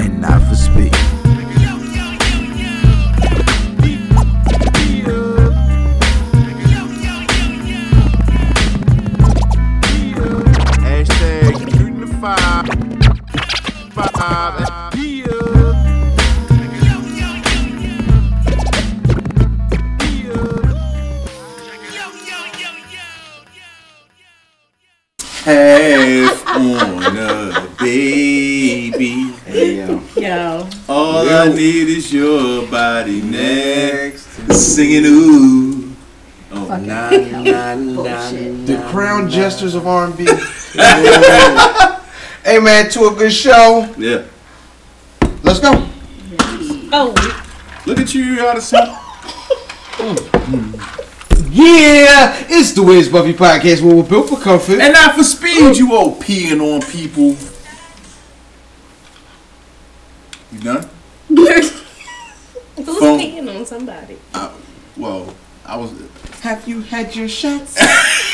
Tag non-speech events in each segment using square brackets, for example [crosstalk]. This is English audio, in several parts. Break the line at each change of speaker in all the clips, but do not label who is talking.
and not for speed.
Hashtag shooting the five. Five. Yeah. Half on a baby.
Yo,
All I need is your body next. Singing ooh. Oh,
Fucking
nah,
hell.
nah, nah,
Bullshit.
The crown jesters of R&B. [laughs] hey man, to a good show.
Yeah.
Let's go.
oh,
Look at you, you out of sound.
Yeah, it's the Wiz Buffy podcast where we're built for comfort.
And not for speed, you all peeing on people. You done?
who's
Phone.
peeing on somebody?
Well, I was.
Have you had
[laughs]
your shots?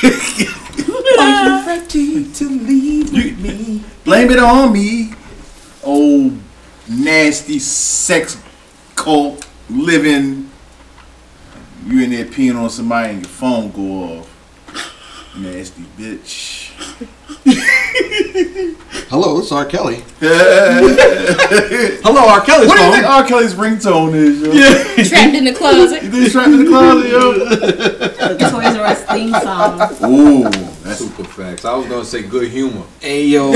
Nah.
ready to leave
You-
me?
Blame it on me. Oh, nasty sex cult living. You in there peeing on somebody and your phone go off. Nasty bitch.
Hello, it's R. Kelly. [laughs] Hello, R. Kelly's
What do you
phone.
think R. Kelly's ringtone is, yo? Oh. Yeah.
Trapped in the closet.
You think he's trapped in the closet, yo?
The Toys R Us theme song.
Ooh, that's
Super facts. I was gonna say good humor.
Hey yo,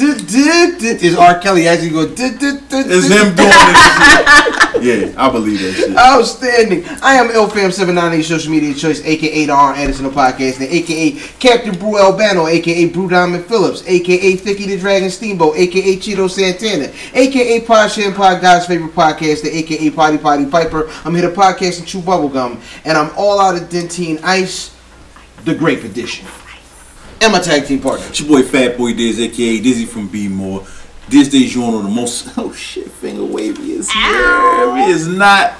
is R. Kelly actually going?
it's
It's
him doing [laughs] that shit. Yeah, I believe that shit.
Outstanding. I am LFam798 social media choice, aka Don Anderson of podcasting, aka Captain Brew Albano, aka Brew Diamond Phillips, aka Thicky the Dragon Steamboat, aka Cheeto Santana, aka Pod Sham Pod God's favorite podcaster, aka Potty Potty Piper. I'm here to podcast and chew bubblegum, and I'm all out of Dentine Ice, the Grape Edition. And my tag team partner.
It's your boy Fat Boy Diz, aka Dizzy from B More. This day's genre the most [laughs] oh shit finger wavy is wavy is not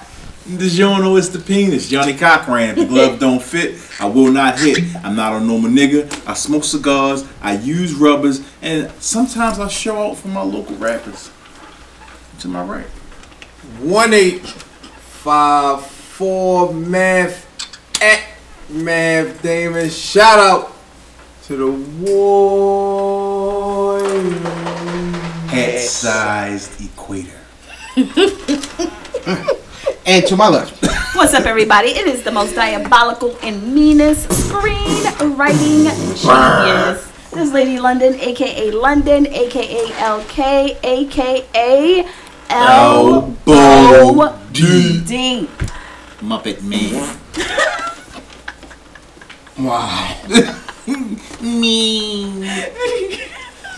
the genre it's the penis. Johnny Cochran, if the glove don't fit, I will not hit. I'm not a normal nigga. I smoke cigars, I use rubbers, and sometimes I show out for my local rappers. To my right.
One eight five four math at math Damon. Shout out to the warrior.
Hat sized equator.
And to my left.
What's up, everybody? It is the most diabolical and meanest screenwriting genius. This is Lady London, aka London, aka LK, aka
Elbow D.
D.
Muppet Man.
Wow.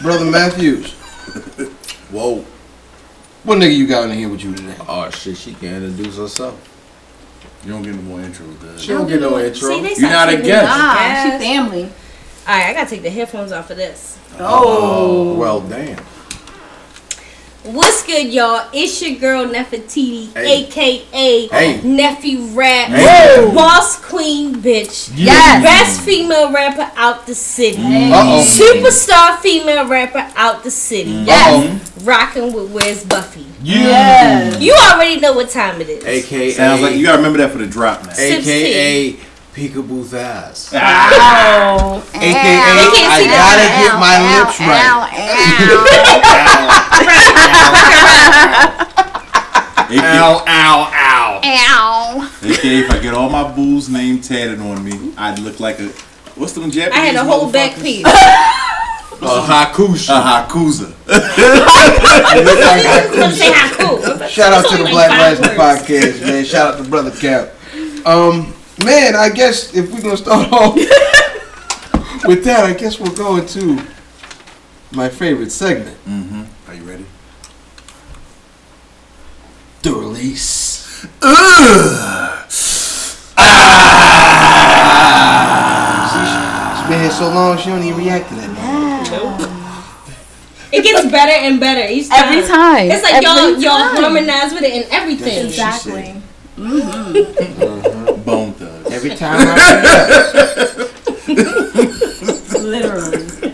Brother Matthews,
Whoa.
what nigga you got in here with you today?
Oh shit, she can introduce herself.
You don't get no more intros, dude.
[laughs] She don't get no intro.
See, they
You're not a guest.
Ah,
Yes.
she family.
All right, I gotta take the headphones off of this.
Oh well damn.
What's good, y'all? It's your girl Nefertiti,
Hey.
aka
Hey.
Neffy Rap,
Hey.
boss queen, bitch,
Yes.
best female rapper out the city,
Uh-oh.
superstar female rapper out the city,
Mm.
Yes.
rocking with Where's Buffy.
Yes.
You already know what time it is.
AKA
Sounds like you gotta remember that for the drop now.
AKA Peekaboo's ass.
Ah. [laughs]
AKA,
can't
I
see that.
gotta get my lips right.
AKA,
ow, ow.
[laughs]
AKA, if I get all my bulls name tatted on me, I'd look like a what's them Japanese?
I had a whole back
motherfuckers?
[laughs]
piece.
A hakushi.
A hakuza.
I was gonna say how cool.
Shout out
It's
to the
only
Black
like
Lashley
five
podcast, man. Shout out to Brother Cap. Um, man, [laughs] I guess if we're gonna start off with that, I guess we'll go into
my favorite segment,
Mm-hmm. Are you ready?
the release.
She's been here so long, she don't even react to that. Man.
It gets better and better each time.
Every time.
It's like y'all
Every
y'all
time.
harmonize with it in everything.
That's what she said.
Exactly.
Bone Thugs.
Every time I react,
Literally.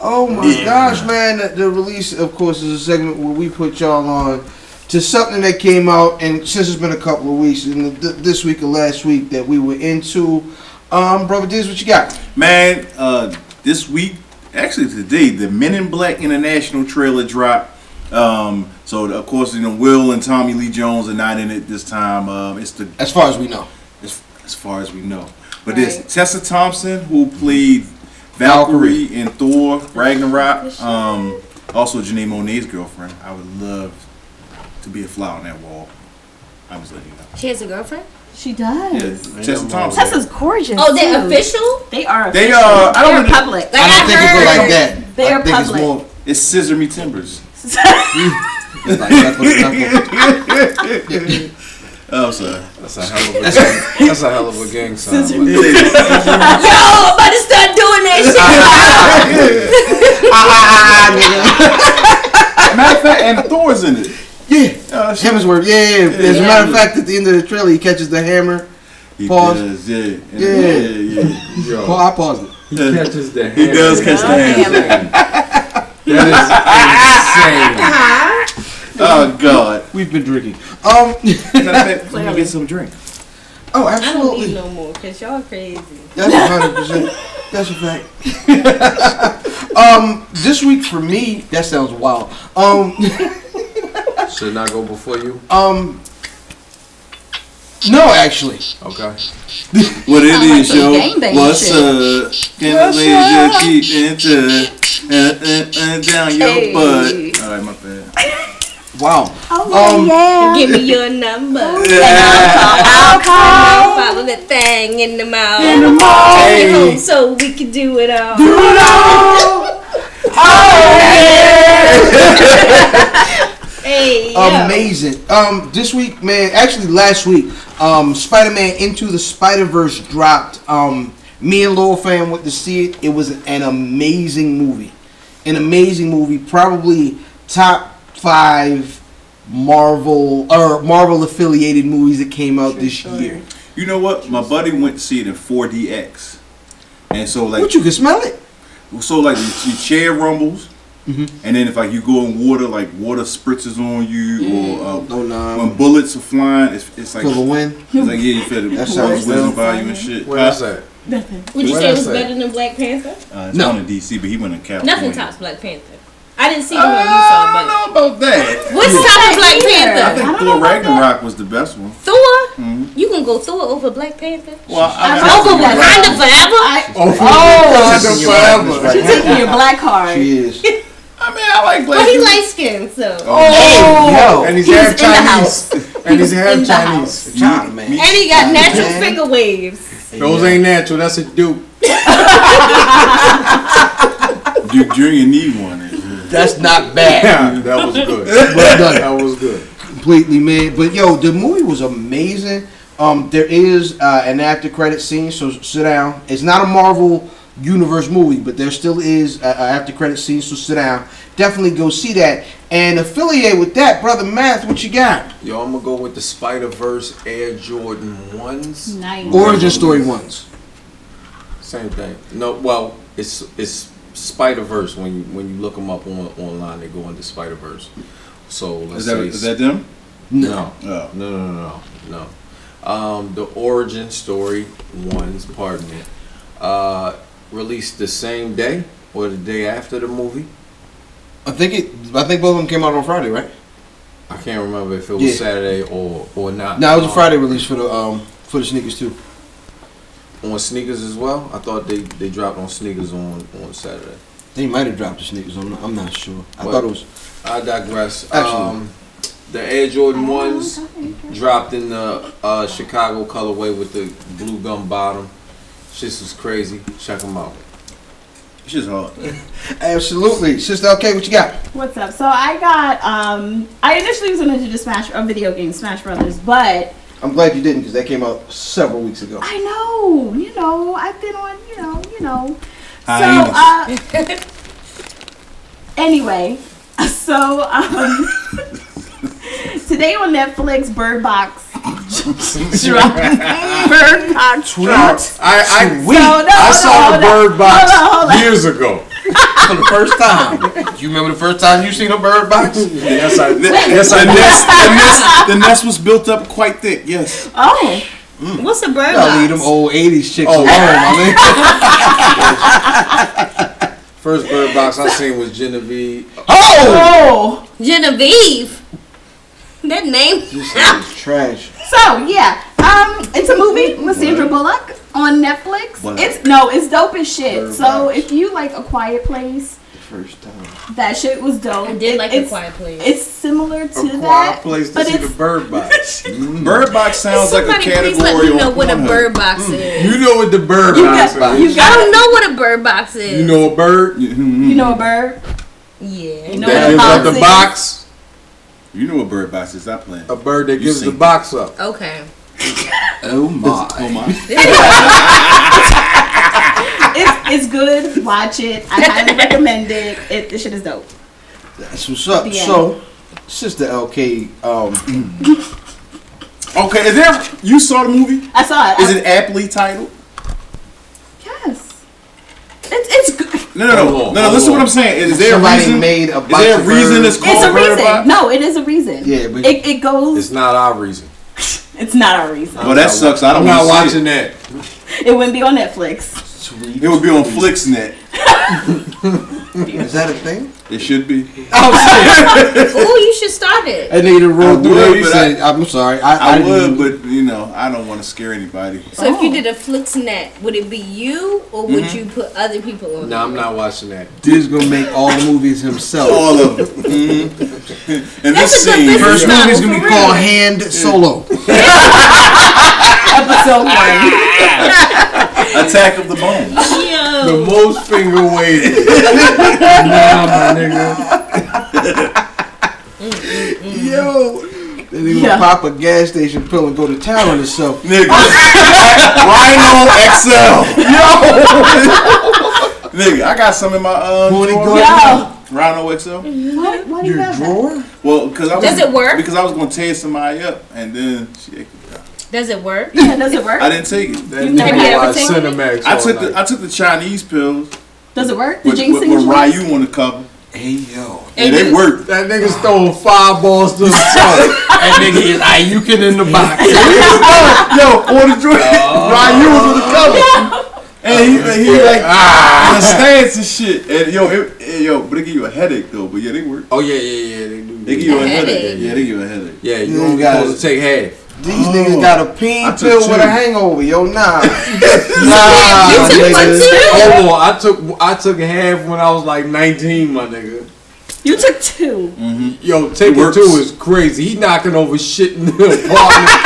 oh my gosh, man! The, the release, of course, is a segment where we put y'all on to something that came out, and since it's been a couple of weeks, and th- this week or last week that we were into. Um, brother Diz, what you got?
Man, uh, this week, actually today, the Men in Black International trailer dropped. Um, so of course, you know, Will and Tommy Lee Jones are not in it this time. Um, it's the
As far as we know,
as, as far as we know. But
Right.
there's Tessa Thompson who played Valkyrie in Thor Ragnarok. Um, also Janine Monae's girlfriend. I would love to be a fly on that wall. I was letting you know.
She has a girlfriend?
She does.
Yeah, Tessa Thompson.
Tessa's gorgeous.
Oh, they're
too.
official?
They are.
They
official.
are- I don't
They're
really-
public.
Like,
I don't think it go like that.
They're
I think it's
public.
more
It's Scissor Me Timbers.
like knuckle to knuckle.
Oh, I'm [laughs] sorry.
That's a hell of a gang. That's a hell of a gang sign.
It is.
Yo, I'm about to start doing
[laughs]
that shit.
Matter of fact, and Thor's in it.
Yeah,
Oh, shit.
Hemsworth. Yeah, yeah, yeah. As a matter of
Yeah.
fact, at the end of the trailer, he catches the hammer.
He
Pause.
does, yeah. And-
Yeah.
yeah, yeah.
Oh,
Yo,
I paused it.
he catches the hand.
He does catch the hand.
That
Oh, God.
We've been drinking.
[laughs]
Um.
Matter of fact, let me get some drink.
Oh,
I don't need
absolutely.
no more, because y'all crazy.
That's a hundred percent. That's a fact. [laughs] um, this week for me, that sounds wild. Um,
is [laughs] Should not go before you.
um, no, actually,
Okay.
What it
Sound like
is,
some
yo?
gangbang
What's
shit.
up? Can I lay your cheek into uh, uh, uh, down your
Hey.
butt? All right, my bad.
wow.
Oh
Um,
yeah.
Give me your number.
I'll call.
Follow that thing in the mouth. In the mouth. So we can do it all. [laughs] Oh, Hey, yo.
Amazing. Um, this week, man. Actually, last week, um, Spider-Man Into the Spider-Verse dropped. Um, me and Lil Fan went to see it. It was an amazing movie. An amazing movie. Probably top five Marvel or Marvel affiliated movies that came out this year.
You know what? My buddy went to see it in 4DX, and so like,
What you can smell it?
so like, your, your chair rumbles,
Mm-hmm.
and then if like you go in water, like water spritzes on you, or uh,
Oh no.
when bullets are flying, it's, it's like
Feel the wind.
It's like yeah, you feel the
That
bullets
sounds
whizzing
dope.
by you and shit.
Where is that?
Would you
What
say
I
it was
say?
better than Black Panther?
Uh, it's
No.
on in DC, but he went to California.
Nothing tops Black Panther. I didn't see the one you
I
saw,
don't
but
know about that.
what's top of Black
I
Panther?
think Thor Ragnarok was the best one.
Thor? You gonna go Thor over Black Panther?
Well, I,
Over Wakanda forever?
Oh, forever.
She's taking your black card.
She is.
I mean, I like
But
Black.
he light skinned, so.
Oh,
And he's
He's
half
in the house.
Chinese. And he's half
in the
Chinese.
Child, man.
And Oh. he got natural
Man.
finger waves.
Those ain't natural. That's a dupe.
Duke Junior need one. Yeah.
That's not bad.
Yeah, that was good. [laughs] That was good.
completely man but yo the movie was amazing um there is uh, an after credit scene so sit down it's not a marvel universe movie but there still is a, a after credit scene so sit down definitely go see that and affiliate with that brother math what you got
Yo, I'm gonna go with the Spider Verse Air Jordan ones.
Nice.
origin story ones
Same thing. No, well, it's it's Spider Verse when you when you look them up on online, they go into Spider Verse. So
Is
let's
that
say
is that them?
no,
Oh.
no, no, no, no, no. Um, the origin story ones, pardon me, uh, released the same day or the day after the movie.
i think it i think both of them came out on friday right
I can't remember if it was
Yeah.
Saturday or or not.
no it was a
Um,
friday release for the um for the sneakers too
on sneakers as well. I thought they, they dropped on sneakers on on Saturday.
they might have dropped the sneakers i'm not, I'm not sure i
What?
thought it was
I digress.
Absolutely.
Um, the Air Jordan ones dropped in the uh, Chicago colorway with the blue gum bottom. Shit was crazy. Check them out.
It's just hard.
Absolutely. Sister, okay, what you got?
What's up? So I got um I initially was gonna do the Smash a video game, Smash Brothers, but
I'm glad you didn't because that came out several weeks ago.
I know, you know, I've been on, you know, you know.
Hyenas.
So uh anyway, [laughs] so um [laughs] today on Netflix Bird Box dropped Bird Box dropped.
I, I,
So, no,
I
hold on,
saw the
hold on.
bird box
Hold on,
uh,
hold on.
years ago for the first time. You remember the first time you seen a bird box?
Yes, I did. Yes, I did. The nest, the nest, the nest was built up quite thick. Yes.
Oh,
What's a bird
I'll leave
box?
them old 80s chicks
Oh,
alone, my man.
First bird box I seen was Genevieve.
oh.
Genevieve. That name.
This is trash.
So yeah, um, it's a movie with Sandra Bullock on Netflix.
Bullock.
It's no, it's dope as shit.
Bird
so
Box.
if you like A Quiet Place,
The first time.
that shit was dope.
I did like
it's,
a quiet place.
It's similar to
A quiet
that,
place to
but
see the
it's
bird
[laughs]
box.
Bird box sounds like a
Somebody
category.
please let me
on
know what a
Pornhub.
bird box is.
You know what the bird
you
box
got
is.
you
I don't
got
know what a bird box is.
You know a bird
hmm,
you know a bird.
Yeah.
You know
that
what
gives up
a fox
the
is.
box.
You know what bird box is? I playing.
A bird that
You
gives the
seen it.
box up.
Okay.
Oh my.
Oh [laughs] my!
It's, it's good. Watch it.
[laughs]
I highly recommend it. it. This shit is dope.
That's what's up.
Yeah.
So, Sister LK, um,
Okay, is there? You saw the movie?
I saw it.
Is
I-
it aptly titled?
Yes. It's it's good.
No, no, no,
Hold on,
no, no.
hold
Listen to
on.
what I'm saying. Is there a
somebody
reason?
made a box
Is there a
of
reason it's
birds.
It's a
called bird
reason.
box?
No, it is a reason.
Yeah, but-
it, it goes.
It's not our reason.
It's not our reason.
Well, that sucks. I
I'm
don't
not
want to
watching
see
that.
It wouldn't be on Netflix.
it. It would be on FlixNet.
Is that a thing?
It should be.
Ooh, you should start it.
I need to roll
I
through
would,
there. You
but
said, I'm sorry. I,
I
I
would,
didn't-
but you know, I don't want to scare anybody.
So if you did a Flixnet, would it be you or would you put other people on?
No, I'm not watching that.
Dude's gonna make all the movies himself.
All of them. [laughs] Mhm. And
That's
this
a good
scene,
business
First
No,
movie's gonna be
for
called
real.
Hand Solo.
episode one.
Attack of the Bones.
Yo.
The most finger waving. nah, [laughs] my nigga.
Yo. Then he gonna
Yeah.
pop a gas station pill and go to town on
[laughs]
himself.
Nigga. Rhino XL. Nigga, I got some in my um,
Morning
drawer.
glory.
Yo,
Rhino XL.
why, why do you
Your
have that?
drawer?
Well, because I was.
Does it work?
Because I was gonna tear somebody up, and then she,
Does it work? [laughs]
Yeah, does it
I
work?
didn't take it.
That
You never
nigga
had
watched
everything?
Cinemax.
I
all
took the
night.
I took the Chinese pills,
Does it work? The
but
jinxing is
Ryu on the cover.
Hey yo.
And they worked.
That nigga's throwing fireballs [laughs] to the sun. that nigga is Ayukin in the [laughs] box.
Yo, on the
[laughs]
joint, Ryu was on the cover. And he, and he like ah. stance and shit. And yo, it, and yo, but they give you a headache though. But yeah, they work.
Oh yeah, yeah, yeah. They do.
They give you a,
A
headache.
headache.
Yeah, they give you a headache.
Yeah,
You
you only
guys-
supposed to take half.
These
Oh.
niggas got a
I
peen
took
pill with
two.
a hangover.
[laughs]
Yo, nah. nah,
You took one
nigga.
too?
Hold on, Oh, I took I took half when I was like 19, my nigga.
You took two.
Yo, taking
works.
two is crazy. He knocking over shit in the apartment.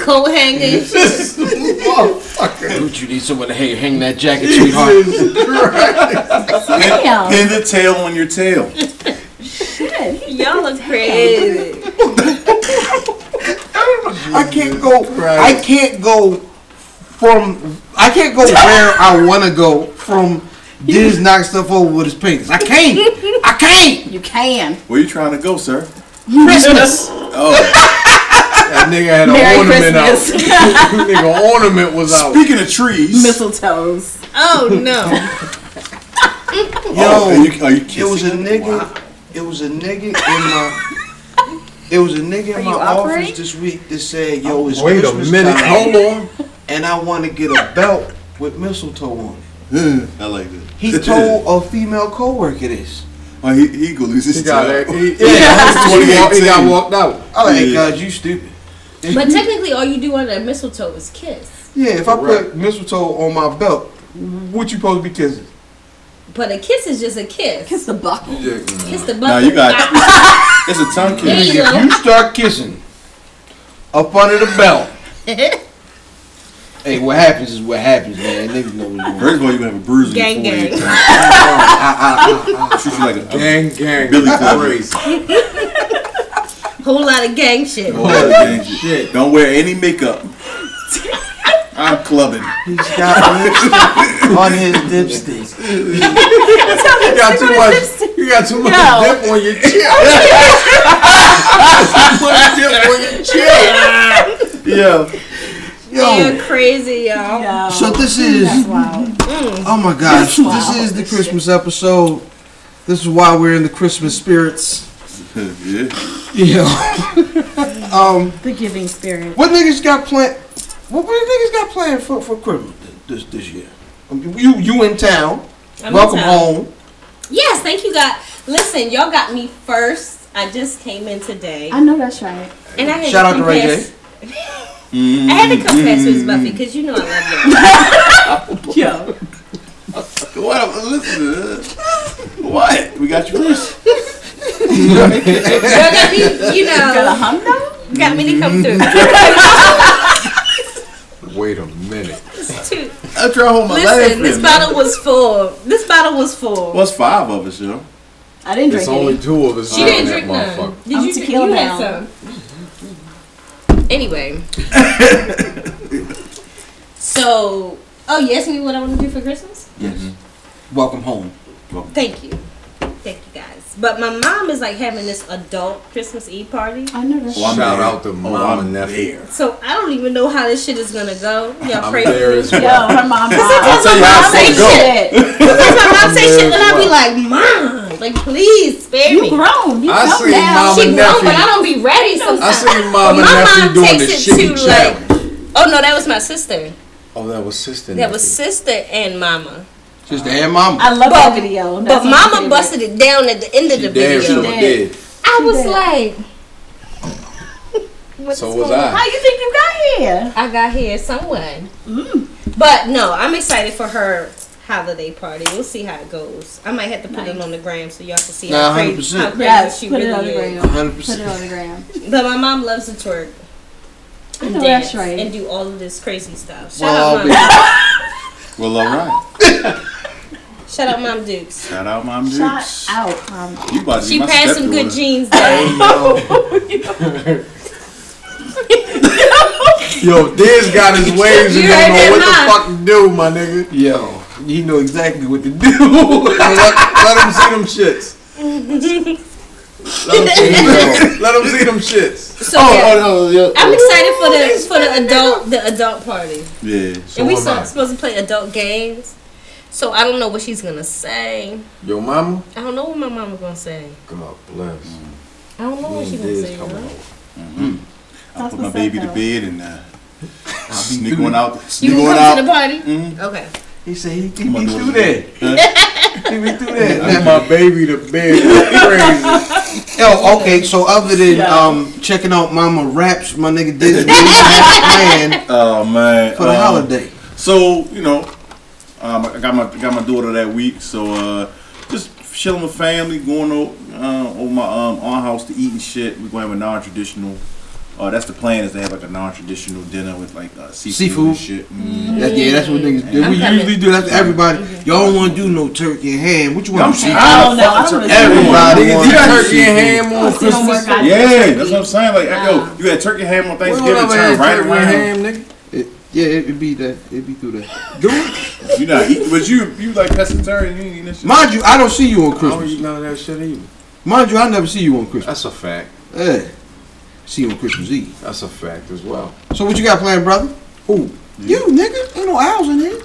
[laughs]
Coat hanging.
Motherfucker.
Dude, you need someone to hang, hang that jacket,
[laughs]
Jesus Christ.
Damn.
Pin the tail on your tail.
Shit.
Y'all look crazy.
I can't go.
Christ.
I can't go from. I can't go where I want to go [laughs] from. Diz knock stuff over with his penis. I can't. I can't.
You can.
Where you trying to go, sir?
[laughs]
Christmas.
Oh,
That nigga had an
Merry
ornament [laughs]
Christmas.
out. nigga ornament was out.
speaking of trees.
Mistletoes.
Oh no.
Oh,
Yo,
are you, are you
It
kissing?
was a nigga.
Wow.
It was a nigga in my. It was a nigga in my
you
office
operating?
this week that said, "Yo, it's
Oh, Wait a
Christmas
minute, Oh.
time,
hold on.
and I want to get a belt with mistletoe on." it."
Mm.
I like that. [laughs]
He told a female coworker this.
Oh, he, he gonna lose his
He got,
job.
that, he,
[laughs]
yeah, he, walked, he got
[laughs]
2018.
walked out.
I like,
Yeah.
God, you stupid. [laughs]
But technically, all you do under a mistletoe is kiss.
Yeah, if I put
Correct.
mistletoe on my belt, what you supposed to be kissing?
But a kiss is just a kiss.
Kiss the buckle.
Kiss the Ah, butt.
Now you [laughs] got it's a tongue
There
kiss.
you go.
You start kissing up under the belt. Hey, what happens is what happens, man. Niggas know what's going on.
First of all, you gonna have a bruise
Gang,
in your forehead.
gang.
Treat you like a
Gang, gang,
Billy Club.
crazy.
[laughs] [laughs] Whole lot of gang shit.
[laughs] Oh, gang.
Shit.
Don't wear any makeup. I'm clubbing.
He's got on his dipsticks.
You got too much. You got too much dip on
[laughs]
your chin. [laughs] too much dip on your chin.
Yeah.
Yo,
You're crazy, y'all.
so this is.
Wow.
Oh my gosh, this is the Christmas episode. This is why we're in the Christmas spirits.
[laughs] yeah.
Yeah. [laughs] um,
The giving spirit.
what niggas got planned? What, what niggas got planned for for Christmas this this year? Um, You you in town?
I'm in
Welcome
town.
home.
Yes, thank you, God. Listen, y'all got me first. I just came in today,
I know that's right.
and I had
Shout out
to come
to Ray
past. I had to come past Miss Buffy because you know I love
Yo.
What? Listen. uh, What? We got you first.
you. Y'all got me, you
Got a
know,
hum now?
got me to come through. [laughs]
Wait a minute.
It's too-
I try to hold my life.
Listen, this bottle was full. This bottle was full.
Well, it's five of us, yo.
I didn't
It's
drink
only
any.
two of us.
She
around
didn't
that
drink none. Did
I'm
you?
tequila
you had
down.
some. Anyway, so oh, you asked me what I want to do for Christmas.
Yes.
Welcome home.
Thank you, thank you guys. But my mom is like having this adult Christmas Eve party,
I know that's
Shout
Oh, I'm there.
out to mom
I'm
and nephew.
there.
so I don't even know how this shit is gonna go. Y'all
I'm
pray
there
for me.
as
Yo,
well.
her mom.
Sometimes
tell
my
you how
mom
it's
say
gonna
shit. Sometimes my mom say
I'm
shit,
there
and I be
as
like, Mom, like please spare
You
me.
grown. You
I
come
seen
down.
mama-
She grown,
Nephew.
but I don't be ready sometimes.
I seen mom and
My
nephew
mom
doing the
takes it too,
shitty
like-
challenge.
Oh no, that was my sister.
Oh, that was sister.
That was
nephew.
sister and mama.
Just and mama.
I love
But-
that video. That's
But
my
mama
favorite.
busted it down at the end of the
She damn
video.
sure
She
did.
I was
did.
like, what
So
is
was
going on?
How you think you got here?
I got here some way.
Mm.
But no, I'm excited for her holiday party. We'll see how it goes. I might have to put it on the gram so y'all can see
Nah,
how crazy,
100%.
how crazy
Yes,
she
put it on
really
the
is.
gram. Put it
100%.
on the gram.
But my mom loves to twerk.
I
and
know that's
dance
right.
And do all of this crazy stuff. Shout
Well,
out,
I'll
mom.
be-
Well, all right.
Shout out, mom Dukes.
Shout out, Mom Dukes.
Shot out, mom.
You about to be
She
my
passed some
stepdaughter.
good jeans down. [laughs]
Yo, Diz got his waves
[laughs]
and
You heard
don't know what
that,
the fuck to do, my nigga.
Yo, you know exactly what to
[laughs]
do.
let, let him see them shits. [laughs] Let him see them shits.
So yeah,
Oh,
I'm excited for the for the adult the adult party.
Yeah.
So
And we
am
so,
I.
supposed to play adult games. So I don't know what she's gonna say.
Yo, mama,
I don't know what my mama gonna say.
come out blessed.
I don't know
You
what
and
she's gonna
Diz
say.
come
y'all.
out.
I
That's
put my
what's
baby
up,
to
though.
bed and uh, sneak one out. Sneak
You
one
gonna come to the
out.
party? Okay.
He said he
I'm
can
gonna
be
do
through [laughs] that.
it.
He be through
I put
that.
my baby to bed. [laughs] That's crazy.
Yo, Oh, okay. So other than um checking out Mama raps, my nigga Disney plan
Oh man.
for the
Um,
holiday.
So you know, um, I got my got my daughter that week. So uh, just chilling with family, going over, uh, over my um, aunt house to eat and shit. We're gonna have a non-traditional. Uh, that's the plan is to have like a non-traditional dinner with like uh, seafood,
Seafood. Mm-hmm.
and shit. Mm.
That, yeah, that's what niggas do. We
I'm coming.
usually do that to everybody. Y'all don't want to do no turkey and ham. What [laughs] you
I'm
want? to
tired
do?
of
I don't know. I
fucking
don't
turkey.
know.
Everybody
Niggas
wants
eat turkey
turkey
and ham on
It don't
Christmas.
work out.
Yeah, that's what I'm saying. Like, yo, you had turkey ham on Thanksgiving, turn right around.
It, yeah, it'd be that. It'd be through that.
You not eating, but you you like pescatarian. You ain't eating this shit.
Mind you, I don't see you on
I don't
Christmas.
eat none of that shit either.
Mind you, I never see you on Christmas.
That's a fact.
Eh. See you on Christmas Eve.
That's a fact as well.
So what you got planned, brother? Who? You, nigga. Ain't no owls in here.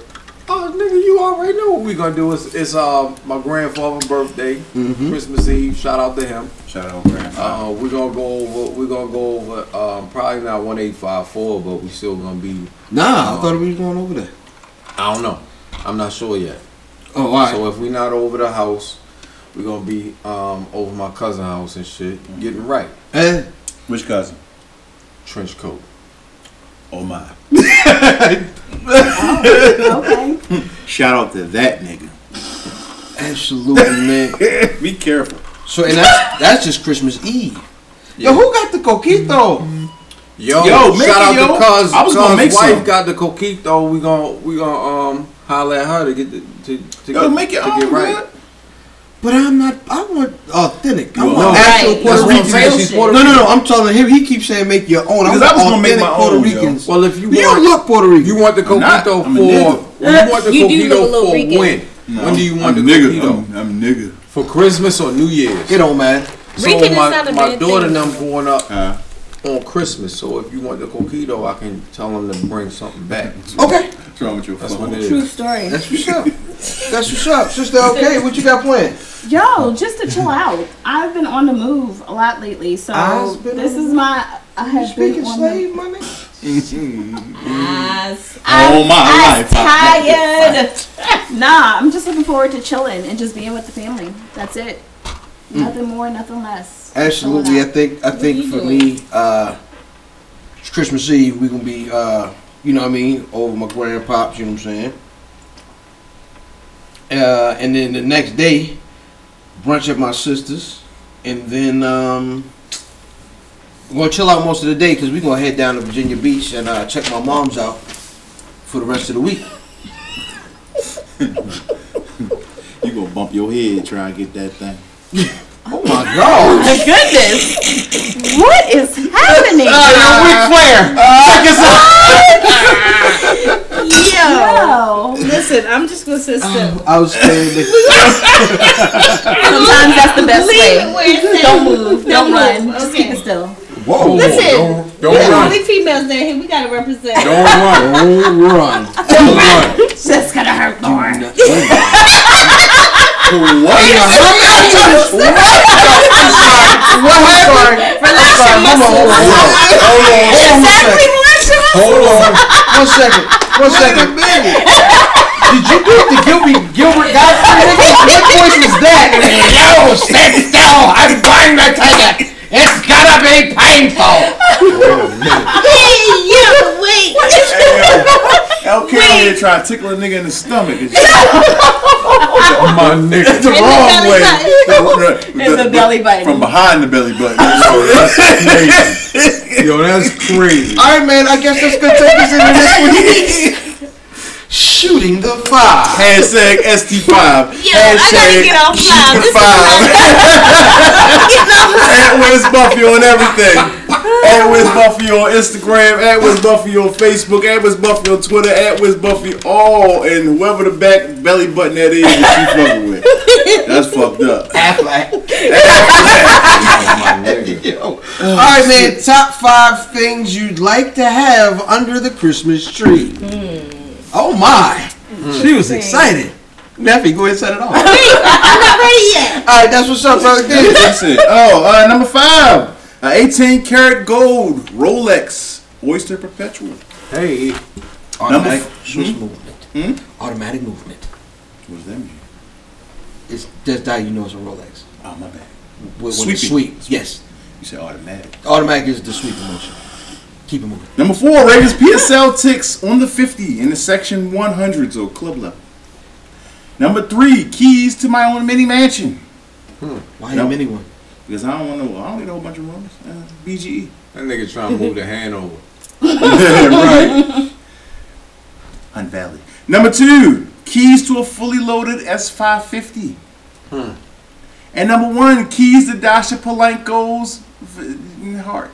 Oh, nigga, you already know what we gonna do. It's, it's uh, my grandfather's birthday,
Mm-hmm.
Christmas Eve. Shout out to him.
Shout out, grandpa.
Uh, we're gonna go over. We're gonna go over. Um, probably not one eight five four, but we still gonna be.
Nah,
Oh.
I thought we was going over there.
I don't know. I'm not sure yet.
Oh, all right.
So if we not over the house, we're gonna be um over my cousin house and shit, getting right.
eh.
Which cousin?
Trench coat.
Oh my.
Okay.
Shout out to that nigga.
Absolutely, man.
Be careful.
So and that's that's just Christmas Eve. Yo, who got the coquito?
Yo,
Yo, make
shout out
it, yo.
to cause.
I was gonna
Cuz
make
wife
some.
got the coquito. We gonna we gonna um holler at her to get the to, to
Yo,
get
make it
to
all
get right.
good.
But I'm not. I want authentic. I
You
want
are.
actual
Right.
That's
Puerto
what I'm
Rican.
saying. She's Puerto
No, no, no. I'm telling him. He keeps saying make your own. I
Because I
want
was gonna make
authentic
my
Puerto
own, yo.
Ricans.
Well, if you
You
want,
don't look Puerto Rican.
You want the
I'm not.
coquito
I'm a nigga.
for you want the
You do look a
coquito
little
for
Rican.
when?
No,
when do you want
I'm
the
nigga?
coquito?
I'm, I'm nigga.
For Christmas or New Year's?
it don't matter.
so
Rican is
my,
not a
my
bad
daughter
thing.
and I'm going up
Uh,
on Christmas. So if you want the coquito, I can tell them to bring something back.
Okay,
what's wrong with your
That's
phone?
what it is.
True story.
that's what's up. That's what's up, sister. Okay, what you got planned?
Yo, just to chill out. I've been on the move a lot lately, so
I've been
this
on the
is my. I have
Speaking
been on
slave, my nigga.
[laughs]
Eyes.
I'm
All my
I'm
life I've
tired. [laughs] nah, I'm just looking forward to chilling and just being with the family. That's it.
Hmm.
Nothing more, nothing less. Just chilling
Absolutely, I
out.
think I
are
think
you
for
doing?
me, uh, it's Christmas Eve. We gonna be, uh, you know, what I mean, over my grandpops. You know what I'm saying? Uh, and then the next day, brunch at my sister's, and then um, we're gonna chill out most of the day because we gonna head down to Virginia Beach and uh, check my mom's out for the rest of the week.
You gonna bump your head trying to get that [laughs] thing?
Oh my God!
My
[laughs]
goodness, what is
Uh,
happening?
Uh,
[laughs] Yo.
Yo,
Listen, I'm just gonna sit still.
I was standing.
sometimes that's the best
Leave it
way.
where it's at.
Don't move, don't run,
move.
just
Okay.
keep it still.
Whoa,
Listen,
don't, don't
We're the
run.
only females down here. We gotta represent.
Don't run.
Don't run.
Don't run.
That's gonna hurt more.
What?
What happened?
Relax your
I'm a
muscles.
hold on.
Exactly, relax your muscles.
Hold on.
One second. One second. Did you get the Gilby Gilbert
[laughs]
Godfrey? nigga? What voice was that?
Yo, sit still. I'm going to tell you. It's gonna be painful.
Hey, yo, wait.
LK out here trying to tickle a nigga in the [laughs] stomach. and shit.
My nigga.
the
the
wrong
belly
way.
button.
The-
And the belly button.
From behind the belly [laughs] button. That's crazy.
Yo, that's crazy.
All right, man. I guess that's gonna take us into this week. Shooting the five.
Hashtag ST5.
Yo, I gotta get off live. This is
five. at Wiz Buffy on everything. At Wiz Buffy on Instagram. At Wiz Buffy on Facebook. At Wiz Buffy on Twitter. At Wiz Buffy all. And whoever the back belly button that is, that she fucking with. That's fucked up.
Affleck.
My nigga.
Yo. All right, man. Top five things you'd like to have under the Christmas tree.
Hmm.
Oh my. She was excited. Neffy, go ahead and set it off.
[laughs]
All
I'm not ready yet.
right, that's what's up, brother. Diz.
That's it. Oh, uh, number five. Uh, 18 karat gold Rolex Oyster Perpetual.
Hey,
Automatic
Number f- hmm?
Swiss movement. Automatic movement.
What does that mean?
It's that's how you know it's a Rolex.
Oh, my bad.
When it's
Sweeping.
Sweep. Yes.
You said automatic.
Automatic is the sweep motion. Keep it moving.
Number four, Ravens PSL ticks on the 50 in the section 100s or club level. Number three, keys to my own mini mansion.
Why
Yep.
him anyone?
Because I don't want to, I don't need a whole bunch of rooms. Uh, BGE.
that nigga trying to move the hand over.
[laughs] right. [laughs] Unvalid. Number two, keys to a fully loaded S550. Hmm. And number one, keys to Dasha Polanco's v- heart.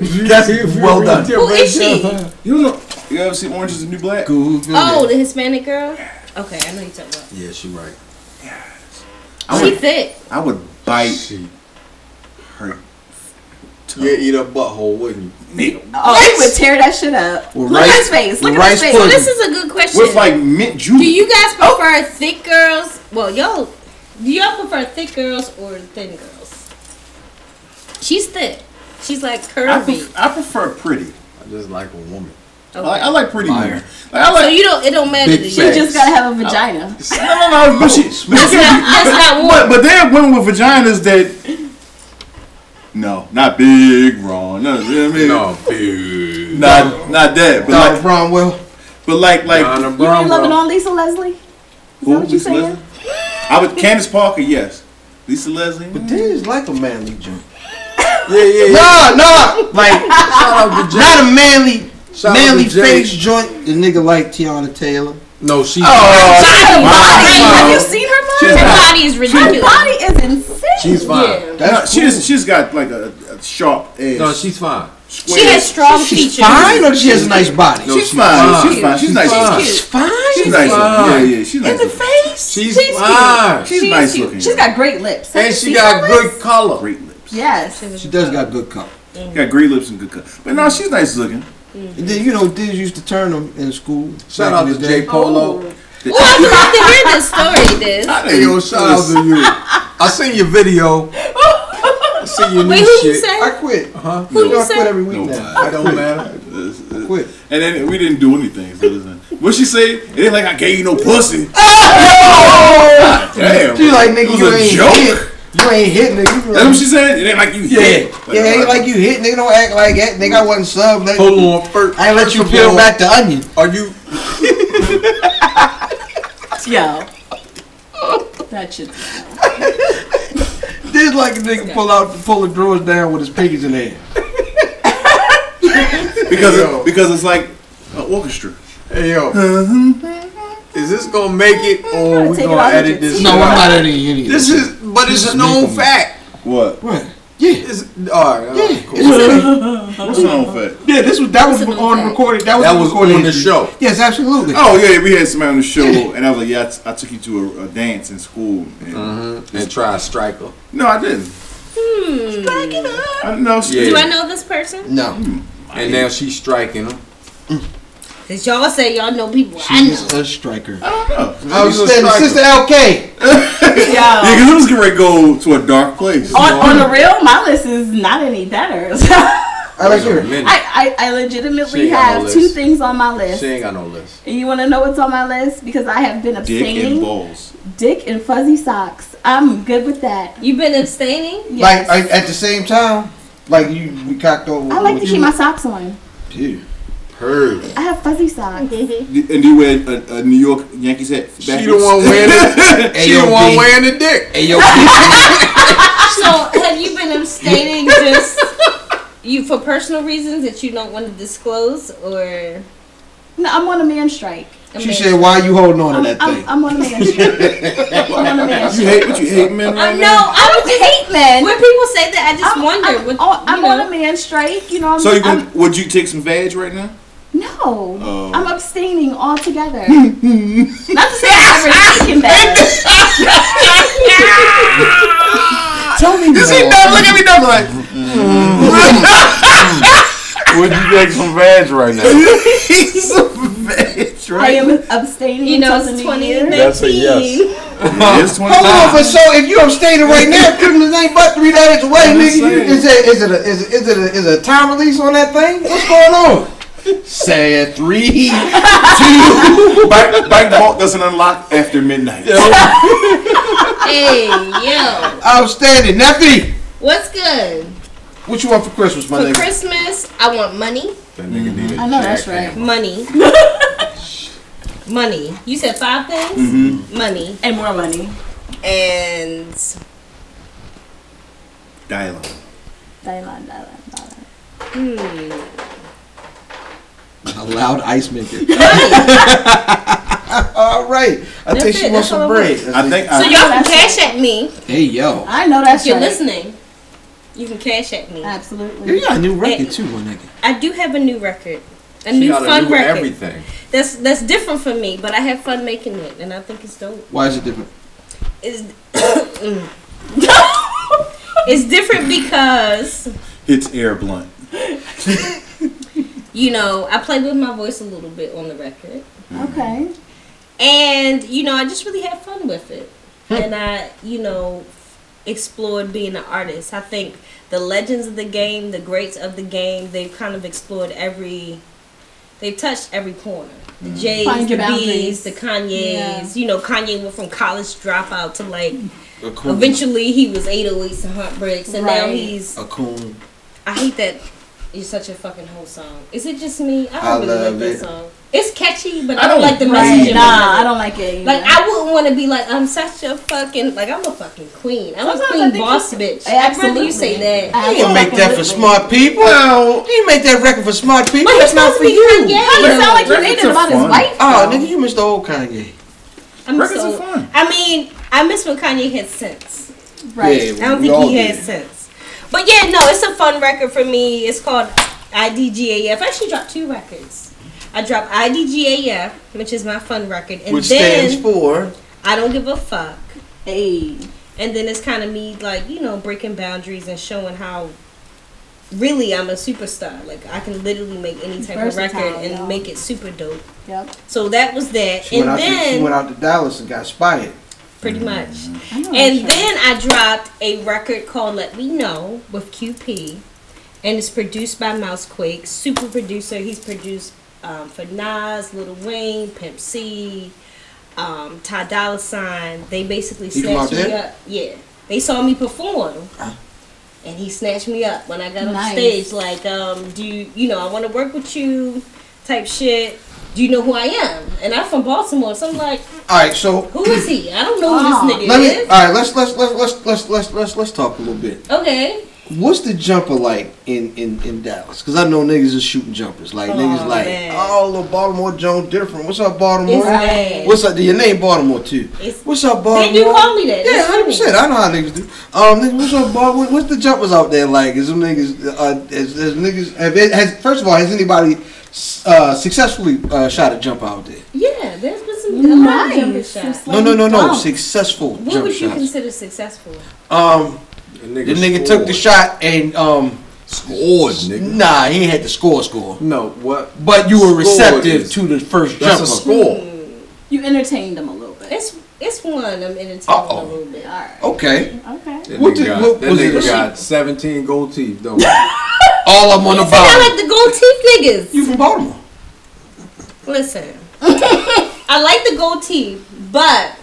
That's well done.
Who is she?
You don't know, you ever seen Orange is the New Black?
Google.
Oh, the Hispanic girl. Okay, I know you talking about.
Yeah, she right.
I
She
would,
thick.
I would bite
She.
her
You eat a butthole, wouldn't you?
Oh, he would tear that shit up.
Well,
Look at
rice-
his face. Look
well,
at his
rice
face.
pudding.
This is a good question.
with like Oh. mint juice.
do you guys prefer thick girls? Well, yo, do y'all prefer thick girls or thin girls? She's thick. She's like
I,
curvy.
pref- I prefer pretty.
I just like a woman.
I like, I
Okay.
like pretty
Fire.
women. Like, I
So
like.
you don't. It don't matter to
Big
you.
You just gotta
Oh.
have a vagina.
[laughs] no, no, no, but she-
[laughs] That's not. That's not
But,
one.
but there are women with vaginas that. No, not big, wrong. No, you know what I mean?
No, dude.
Not, not that. But
Donald
like,
Bromwell.
but like, like.
Donna
You ain't
Brumbo.
loving on Lisa Leslie?
who,
what you
Lisa
saying?
Leslie? I would. Candace Parker, yes. Lisa Leslie.
Diz like a manly junk.
Yeah, yeah, yeah.
Nah, nah. Like,
Shout out to Jay.
not a manly,
Shout out
manly
to Jay.
face joint. The nigga like Tiana Taylor.
No, she.
Her
Wow.
body, have you
Wow.
seen her
She's
body?
Her
not-
body is
Her
ridiculous.
body is insane.
She's fine.
No, she's she's got like a, a sharp edge.
No, she's fine.
Square.
She has strong features.
She's fine, or she has a nice body.
No,
She's, fine.
fine.
She's fine. She's,
She's
nice.
fine.
looking.
She's
She's fine.
She's nice.
fine.
looking. Yeah, yeah. She's nice.
In the
looking.
face.
She's
She's
fine.
She's, nice looking.
She's got great lips. Have
And
you
she
seen
got
her
good
lips?
color.
great lips.
Yes.
She does got good cup.
Got great lips and good cut. But no, she's nice looking.
And then you know, dudes used to turn them in school.
Shout
back
out
in
to
the
Jay
day.
Polo.
Ooh, I would like to hear this story, this.
Hey, yo, shout out to you. I seen your video. I seen your new
Wait, who you
shit.
I
said?
quit.
huh?
You know, I
said-
quit every week
No,
now.
It don't matter.
I quit.
And then we didn't do anything. So listen. what she say? It ain't like I gave you no
[laughs]
pussy. Damn.
She like
It
nigga,
was
you
a
ain't
joke.
hit. You ain't hit, nigga. You
That's what
like,
she said. It ain't like you hit.
yeah, yeah, ain't like you hit, nigga. Don't act like that, nigga. I wasn't sub. Like,
Hold on, first.
I ain't let you
first of
peel
all,
back the onion.
Are you?
Yo. That shit.
Did like a nigga pull out, pull the drawers down with his pinkies in the air.
because
Yo.
it, because it's like an orchestra.
Hey yo. Is this gonna make it, or we
Take it
gonna
out of
edit
your
this?
teeth.
No,
shit
I'm
out?
not editing any of
This
this.
is, but it's a known fact.
What?
Right. Yeah.
It's all right. all right,
Yeah,
cool.
it's fake.
What's wrong with that?
yeah, this was that was
It's a little
on
fact.
recorded. That was,
That was
recorded
on the
history.
show.
Yes, absolutely.
Oh yeah, we had somebody on the show, and I was like, yeah, I, t- I took you to a, a dance in school. And
Uh-huh.
And try a striker.
No, I didn't.
Hmm.
I, no, she
Yeah.
Do I know this person?
No,
And now she's striking him.
Cause y'all say y'all know people. I know.
she's a striker.
I don't know.
I was
She's Oh. a
standing,
striker.
sister LK.
Yeah,
Uh,
Yo.
because it was getting ready to go to a dark place.
On, on the real, my list is not any better. [laughs]
I like
Wait a
her.
minute.
I, I, I
She
legitimately
ain't got no
have
list.
two things on my list.
She ain't got no list.
And you want to know what's on my list? Because I have been
Dick and
abstaining.
balls.
Dick and fuzzy socks. I'm good with that.
You've been abstaining.
Like
Yes.
I, at the same time, like you, we cocked over.
I like to
with
keep
you.
my socks on.
Yeah.
Heard.
I have fuzzy socks.
And you wear a, a New York Yankees hat.
She the one wearing the. she the
AOB.
one wearing the dick.
Hey yo, bitch.
So have you been abstaining just you for personal reasons that you don't want to disclose, or
No, I'm on a man strike.
[laughs] she said, "Why you holding on
I'm,
to that
I'm-
thing?"
I'm on a
[laughs]
man strike. I'm on a man
You
strike.
hate what you hate men
I
right
know.
now.
I
I don't hate men.
would, when people say that, I just
I'm,
wonder.
I'm,
what,
oh, I'm
you
on
know.
a man strike. You know, I'm,
So you
I'm
gonna, would you take some vag right now?
no.
Oh.
I'm abstaining altogether. Not to say I never taken that.
Tell me more.
look at me double like.
Would you take some vag right now?
I am abstaining.
You know,
until the
it's
new
twenty
year.
That's a
nineteen.
Yes,
Hold on, but so if you abstaining right [laughs] now, Christmas ain't but three days away, nigga. You- Is it is it a is it, is it a, is it a time release on that thing? What's going on? [laughs] Sad three.
Bank, bank vault doesn't unlock after midnight.
Hey yo,
Outstanding, nephew.
what's good
What you want for Christmas, my
for
nigga?
Christmas? I want money,
That nigga needed.
I know that's right.
money, money. You said five things. Money
And more money.
and
Dialogue.
Dylan, Dylan, Dylan.
hmm,
A loud ice
[laughs]
maker.
money.
All right. I
That's
think she
it,
wants
that's
some
all I
bread.
I think
So
I,
y'all can cash at me
Hey yo.
I know Uh, that's
if you're
right. Uh,
listening. You can cash at me.
You
Absolutely.
got a new record too, my nigga.
I do have a new record, a
She
new
got
fun
to do
record.
everything.
That's that's different for me, but I have fun making it, and I think it's dope.
Why is it different?
[laughs]
It's [laughs] Mm. it's different because
it's air blunt.
you know I play with my voice a little bit on the record,
Okay.
and you know I just really had fun with it,
Hmm.
and I you know explored being an artist. I think the legends of the game, the greats of the game, they've kind of explored every, they've touched every corner. The
Hmm.
Jays,
Find
the B's,
your boundays.
the Kanyes. You know Kanye went from college dropout to like
A coon.
Eventually, he was 808s and heartbreaks, and now
Right.
he's.
A coon.
I hate that. You're such a fucking whole song. Is it just me? I don't
I
really like
love it.
that song. It's catchy, but
I
I don't
don't
like the
read.
message.
Nah, I don't like it. either.
Like I wouldn't want to be like I'm such a fucking like I'm a fucking queen. I'm
Sometimes
a
I
queen
think
boss
you-
bitch.
Yeah,
Absolutely, you say that.
You didn't make that for smart people. You didn't make that record for smart people.
But
That's
he's
not
supposed
for
to be
you.
Kanye.
How you
though.
sound like you're
Records
hating
are
about his
fun.
wife?
Oh,
though.
nigga, you missed the old Kanye.
I'm
Records
so,
are fun.
I mean, I miss when Kanye had sense.
Right.
Yeah,
I don't
we
think
all
he
did.
has sense. But yeah, no, it's a fun record for me. It's called IDGAF. I actually dropped two records. I dropped IDGAF, which is my fun record, and
Which stands
then
for.
I don't give a fuck.
Hey.
And then it's kind of me like you know breaking boundaries and showing how really I'm a superstar. Like I can literally make any type of
Versatile,
record and
y'all.
make it super dope.
Yep.
So that was that,
She went,
and
out to,
then
she went out to Dallas and got inspired.
pretty much.
I know
And
that's right.
then I dropped a record called Let Me Know with QP. And it's produced by Mouse Quake, super producer. He's produced um, for Nas, Lil Wayne, Pimp C, um, Ty Dolla Sign. They basically
He come out
snatched me
there?
up. Yeah. They saw me perform.
Ah.
And he snatched me up when I got on
Nice.
stage. Like, um, do you, you know, I want to work with you type shit. Do you know who I am? And I'm from Baltimore. So I'm like,
All right, so
who is he? I don't know who
Oh.
this nigga
let me.
is.
All right, let's let's let's let's let's let's let's let's talk a little bit.
okay.
What's the jumper like in in in Dallas? Because I know niggas is shooting jumpers. Like niggas like,
man.
oh, little Baltimore Jones different. What's up, Baltimore?
It's bad.
What's up? Your name Baltimore too.
It's-
What's up, Baltimore?
Did you call me that?
Yeah,
That's
hundred percent. I know how niggas do. Um, nigga, what's up, Bob? What, what's the jumpers out there like? Is them niggas? Uh, is, is niggas? Have, has first of all, has anybody uh, successfully uh, shot a jumper out there?
Yeah, there's been some nice. jumper
Nice.
shots.
Some
no, no, no, no.
dumb.
Successful
What
jumper
would you
shots.
consider successful?
um,
The
the nigga took the shot and um,
Scored, nigga.
nah, he ain't had the score score.
No, what?
But you were
Scored
receptive
is-
to the first
That's
jumper.
a score.
You entertained them a little bit.
It's it's one I'm entertained a
Uh-oh.
little bit.
All right.
Okay,
Okay.
That
What
nigga,
did-
got,
what
that
was
nigga
it?
got 17 gold teeth, though.
all I'm on the
You see, I
bottom.
like the gold teeth niggas.
You from Baltimore?
Listen, [laughs] I like the gold teeth, but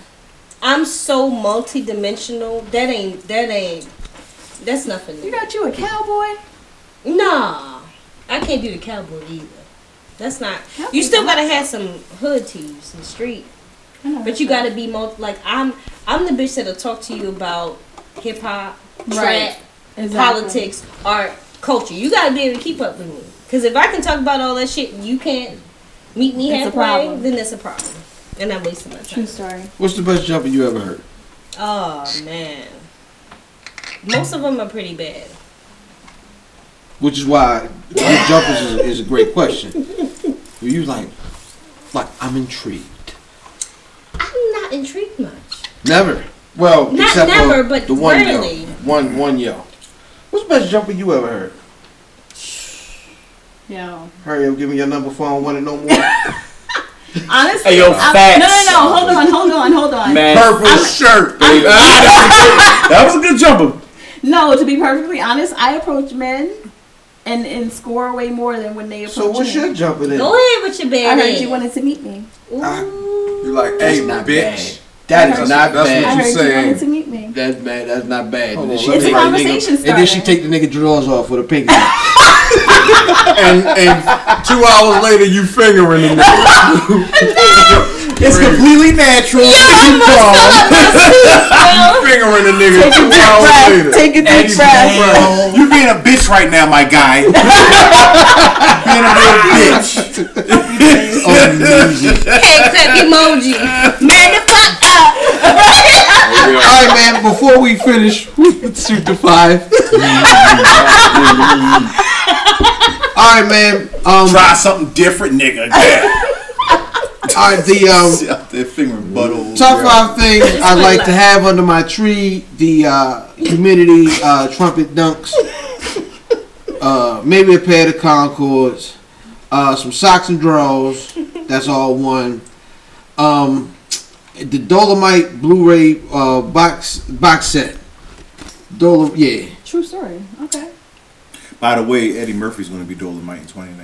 I'm so multi-dimensional. That ain't that ain't that's nothing.
You got you a cowboy?
Nah, I can't do the cowboy either. That's not. You still gotta have some hood teeth, some street.
I know
But you gotta be more like I'm. I'm the bitch that'll talk to you about hip hop,
Right.
trap, politics, art, culture. You gotta be able to keep up with me. Cause if I can talk about all that shit, and you can't meet me
It's a
halfway.
problem.
Then that's a problem, and I'm wasting my
True
time.
story.
What's the best jumper you ever heard?
Oh man, most of them are pretty bad.
Which is why
[laughs]
good jumpers is, is a great question. Were you like, like I'm intrigued?
I'm not intrigued much.
Never. Well,
Not
except
never,
for
but
the one
rarely.
yo, one one yo. What's the best jumper you ever heard?
Yo.
Hurry up, give me your number phone. I want to know
[laughs]
more.
Honestly,
Hey, yo,
I'm-
facts.
no, no, no. Hold on, hold on, hold on.
Purple shirt, baby. that was a good jumper.
No, to be perfectly honest, I approach men and and score way more than when they approach
so what's
me.
your jumper then?
Go ahead with your
I
bad.
heard
ass.
you wanted to meet me.
Ah.
you like, hey, bitch.
That
I
is
heard-
not
that's
bad.
I
What you
heard you
saying?
wanted to meet me.
That's bad. That's not bad.
Hold
And then
on,
she
let me-
take the
It's a
nigga,
conversation
and then she
starter.
take the nigga drawers off with a pink. one.
and, and two hours later, you fingering the nigga.
It's completely natural.
fingering the nigga two hours later.
Right, take a deep breath.
You being a bitch right now, my [laughs] guy. You being a real bitch. [laughs] Oh,
Hey, clap
[laughs]
emoji. Man the fuck up.
All right, man. Before we finish, let's shoot the five. All right, man. Um,
Try something different, nigga. Yeah.
all right, the [laughs] um,
Sit out there fingering butthole.
Top five things I'd like to have under my tree: the uh, humidity uh, trumpet dunks, uh, maybe a pair of Concords, uh, some socks and drawers. That's all one. Um, the Dolomite Blu-ray uh, box box set. Dolom, yeah.
True story. Okay.
By the way, Eddie Murphy's going to be Dolomite in 2019.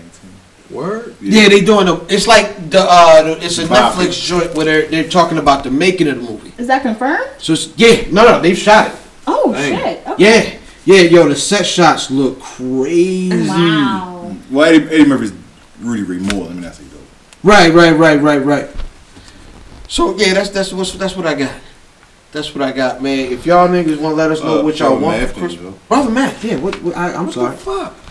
Word?
Yeah, they doing a. It's like the. Uh, the- it's a
Wow.
Netflix joint where they're, they're talking about the making of the movie.
Is that confirmed?
So it's, yeah, no, no, they've shot it.
Oh
Dang.
shit. Okay.
Yeah, yeah, yo, the set shots look crazy.
Wow.
Well, Eddie, Eddie Murphy's Rudy Ray Moore. Let me not say dope.
Right, right, right, right, right. So yeah, that's that's what's that's what I got. That's what I got, man. If y'all niggas want to let us know
Oh,
Uh,
what y'all
Brother
want
Math
for
didn't
Christmas,
go.
brother Matt. Yeah, what? what I, I'm sorry.
Fuck.
[laughs]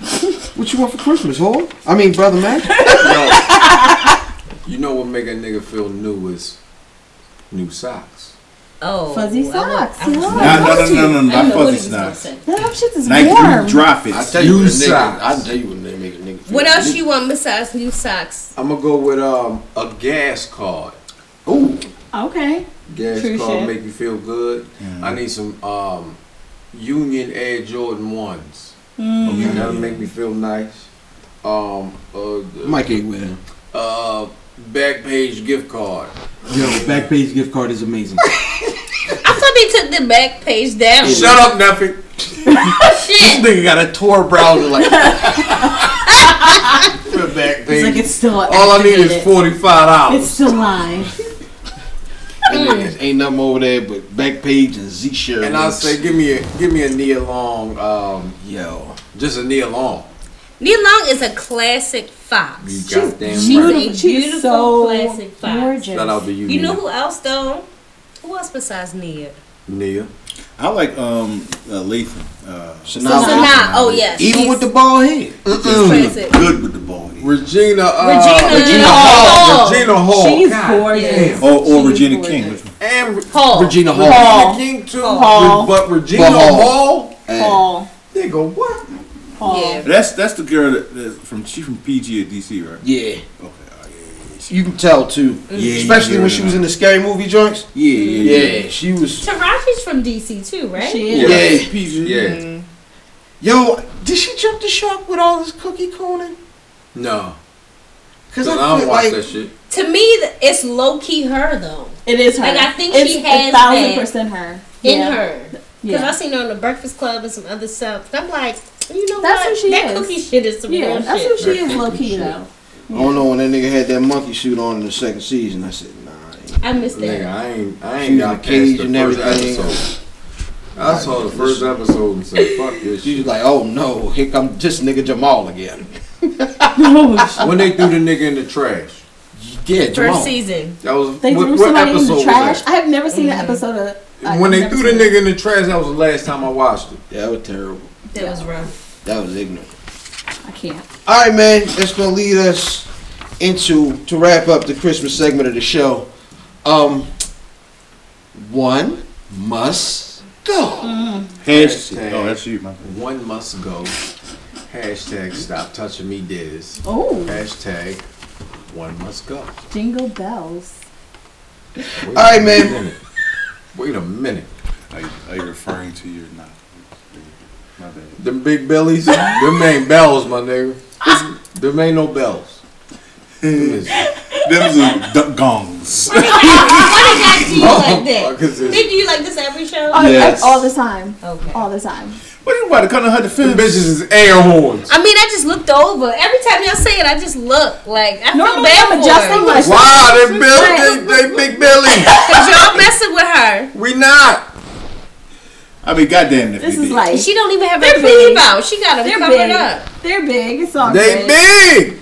What you want for Christmas, ho? I mean, brother Matt.
Yo, you know what make a nigga feel new is new socks.
Oh,
Fuzzy
I want-
socks,
I want-
yeah.
No, no, no, no, no,
I
not
know what he
fuzzy
was gonna
snacks.
say.
That shit is
Nike,
warm.
you drop it.
I tell you
New
what a nigga.
socks.
I tell you what nigga make a nigga feel.
What else you want besides new socks?
I'm gonna go with um a gas card.
Ooh,
okay.
Gas
True
card
shit.
make you feel good. I need some um Union Air Jordan ones.
Mm.
Okay, that'll make me feel nice. Um, uh,
Mike ain't with him.
uh, back page gift card.
Yo, Backpage gift card
[laughs]
is amazing.
I thought they took the back page down.
Shut up, nothing.
this nigga got a Tor browser like
[laughs] It's like
Back page.
it's still
All I need is
activated.
forty five
It's
dollars.
still live.
Mm.
Niggas ain't nothing over there but Backpage and Z Share.
And I say, give me a give me a knee long, um,
yo,
just a knee long.
Neil Long is a classic fox.
You
She's,
goddamn
she's
right.
a beautiful
so
classic fox.
gorgeous.
Shout out to you,
You know
Nia.
who else though? Who else besides Nia?
Nia.
I like um uh, Latham. Uh,
So
Nah.
Sanaa. Oh yes.
even
she's-
with the bald head.
she's classic.
good with the ball. head.
Regina. Uh,
Regina,
Regina
Hall.
Hall. Regina Hall.
She's
God. Oh,
gorgeous.
Or, or
She's
Regina
gorgeous.
King. which one?
And
Hall.
Regina Hall.
Regina
Hall.
King too.
Hall.
But Regina
Hall.
Hall.
Paul.
They go what?
Paul.
Yeah.
That's that's the girl that, that's from she from PG or DC, right?
Yeah,
Okay. all right.
you can tell too.
Mm.
Yeah,
Especially
yeah,
when she
yeah.
was in the scary movie joints.
Yeah, yeah, yeah.
Yeah, she was.
Taraji's from DC too, right?
She is.
Yeah.
Yeah, PG.
Yeah.
Yo, did she jump the shark with all this cookie coning?
No.
Cause
I
I
don't
feel
watch
like
that shit.
To me, th- it's low key her though.
It is her.
Like, I think
it's
she has
a thousand
that
percent her.
In
Yeah.
her. Because
Yeah.
I seen her on the Breakfast Club and some other stuff. And I'm like, you know
That's
what?
who she
that
is.
cookie shit is some
Yeah,
real
that's
shit.
who she is, low key
[laughs]
though.
I don't know when that nigga had that monkey suit on in the second season. I said, nah. I ain't-
I missed that.
Nigga, I ain't I
She
ain't
was
got
in
past
cage
the
and
first
everything. [laughs]
episode. I saw the first episode and said, fuck this
She
shit.
was like, oh no, here come this nigga Jamal again.
Oh,
[laughs]
shit.
When they threw the nigga in the trash.
Yeah, Jamal.
First season.
That was
They
what,
threw
what
somebody in
episode
the
was
trash.
that?
I have never seen an
Mm.
episode of. I've
when they
never
threw the
seen it.
nigga in the trash, that was the last time I watched it.
That was terrible.
That was rough.
That was ignorant.
I can't.
All right, man. That's gonna lead us into to wrap up the Christmas segment of the show. Um, one must
Mm-hmm.
go.
Hashtag.
Hashtag. Oh, that's you, man.
One must go. Hashtag stop touching me, Diz.
Oh,
Hashtag one must go.
jingle bells.
Wait a
Alright, man.
minute. Wait a minute.
Are you, are you referring to your not? My bad.
Them big bellies, them ain't bells, my nigga. Them ain't no bells. Them is-
Them's are duck gongs. [laughs]
[laughs] Why did I do you like
[laughs] Oh,
that?
'cause it's-
Did you like this every show?
Oh,
Yes.
All the time.
Okay.
All the time.
What you about to come to her defense?
Them bitches is air horns.
I mean, I just looked over. Every time y'all say it, I just look. Like, I feel
Normally
bad
I'm
for
adjusting
her.
my.
Wow, they, bill, they, they big bellies.
Because y'all messing with her.
We not.
I mean, goddamn, if
This
you
is
did.
like
And she don't even have
They're
her booty
big.
out. She got them
they're
covered
big.
up.
They're big. It's all
They
good.
big.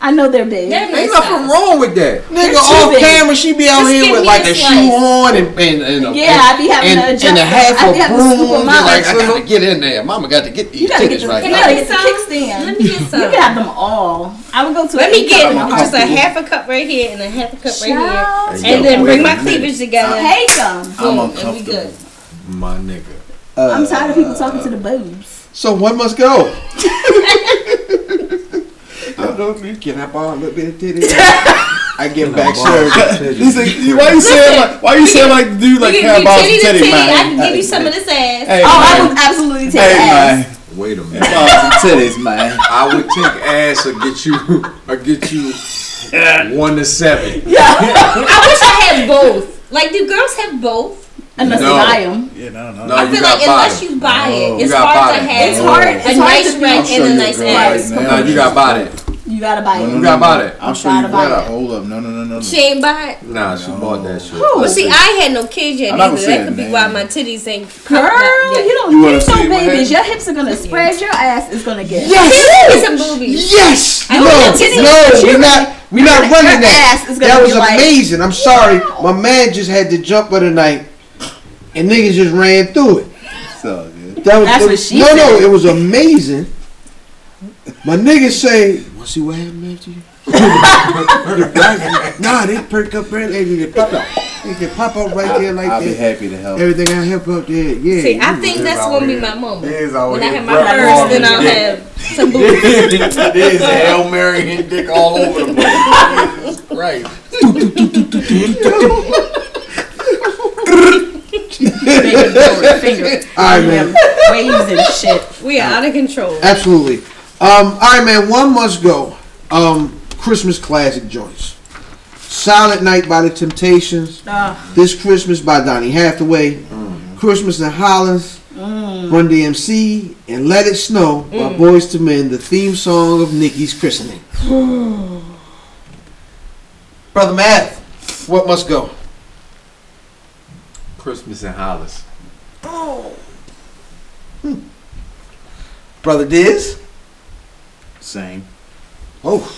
I know they're big.
They're
Ain't
nice
nothing
size.
wrong with that.
Nigga,
too
off
big.
camera, she be out
Just
here
give
with
me
like
a
a shoe
slice.
on and and and a,
Yeah, I be having
and,
to adjust.
and a
them.
half
I
a
be having to scoop
broom.
them
Be
out.
Like I gotta get in there, Mama. Got to get these
you gotta get
tickets
the,
right
you
now.
gotta get the kickstand.
Let me get some.
You can have them all. I would go to.
Let
an
me get
eight-cup
just a
in
half a cup right here and a half a cup right
Child,
here, and then
Wait
bring
a
my
minute.
cleavage
I
together.
hate them.
Boom,
I'm
and we good.
My nigga.
Uh,
I'm tired of people talking to the boobs.
So one must
[laughs]
go. [laughs] I don't know. Can I borrow a little bit of
[laughs]
titty? I get
[laughs]
back surgery.
He's like, you- why you saying like, why you saying like, dude, like,
you
can I
can
borrow
give
some titty,
me titty to titty. I
man?
can give you some of this ass.
Hey,
Oh, I
man.
would absolutely take
Hey,
ass.
man.
Wait a minute.
Borrow some titties, man.
I would take ass or get you [laughs] or get you one to seven.
I wish I had both. Like, do girls have both?
Unless
No.
I buy them.
[laughs] Yeah, no, no.
No,
I
you
feel
got
like unless
body.
you buy it,
You
it's
got
hard to
body.
have
It's hard.
a
It's hard
nice
to be.
rack
sure
and a
your
nice
girl
ass.
right
No,
now.
you got body.
You gotta
No,
buy
no,
it.
You
no,
gotta
no,
buy
no.
that.
I'm sure you
Gotta
bought
buy
it.
that.
Hold up. No, no, no, no. no.
She ain't buy it.
Nah, she
No.
bought that shit.
But see, I had no kids yet
I'm not
either.
gonna say
That could
her
be why
name.
my titties ain't
Girl, you don't
You wanna
you
see
no
what
babies.
happened?
Your hips are gonna spread. Your ass is gonna get.
Yes! Some boobies.
Yes.
I
no,
don't think it's
no,
a
we're
chip.
not. We're not
Her
running that.
ass is gonna
That was
be like-
amazing. I'm sorry, my man just had the jumper tonight, and niggas just ran through it.
So, yeah.
That was,
That's
it
what she
no,
said.
no, it was amazing. My niggas say, "Want to see what happened after [laughs] you?" The black- nah, they perk up right there. They pop up. They can pop up right there like
I'll be
that.
happy to
[laughs]
help.
Everything I help up there, yeah.
See, I
you
think
know.
that's
out
gonna be
here.
my moment.
It is out
When I
here.
have my
Rep
first, then
Marvin
I'll
Dick.
have some boobies.
it is Hail Mary and dick all over the place.
Right.
Finger,
[laughs]
finger, finger.
All right, man.
Waves and shit.
We are out of control.
Absolutely. Um, all right, man. One must go. Um, Christmas classic joints. Silent Night by the Temptations.
Ah.
This Christmas by Donny Hathaway. Christmas in Hollis. Run DMC and Let It Snow by Boys to Men, the theme song of Nikki's christening. Brother Matt, what must go?
Christmas in Hollis.
Brother Diz?
Same.
Oh.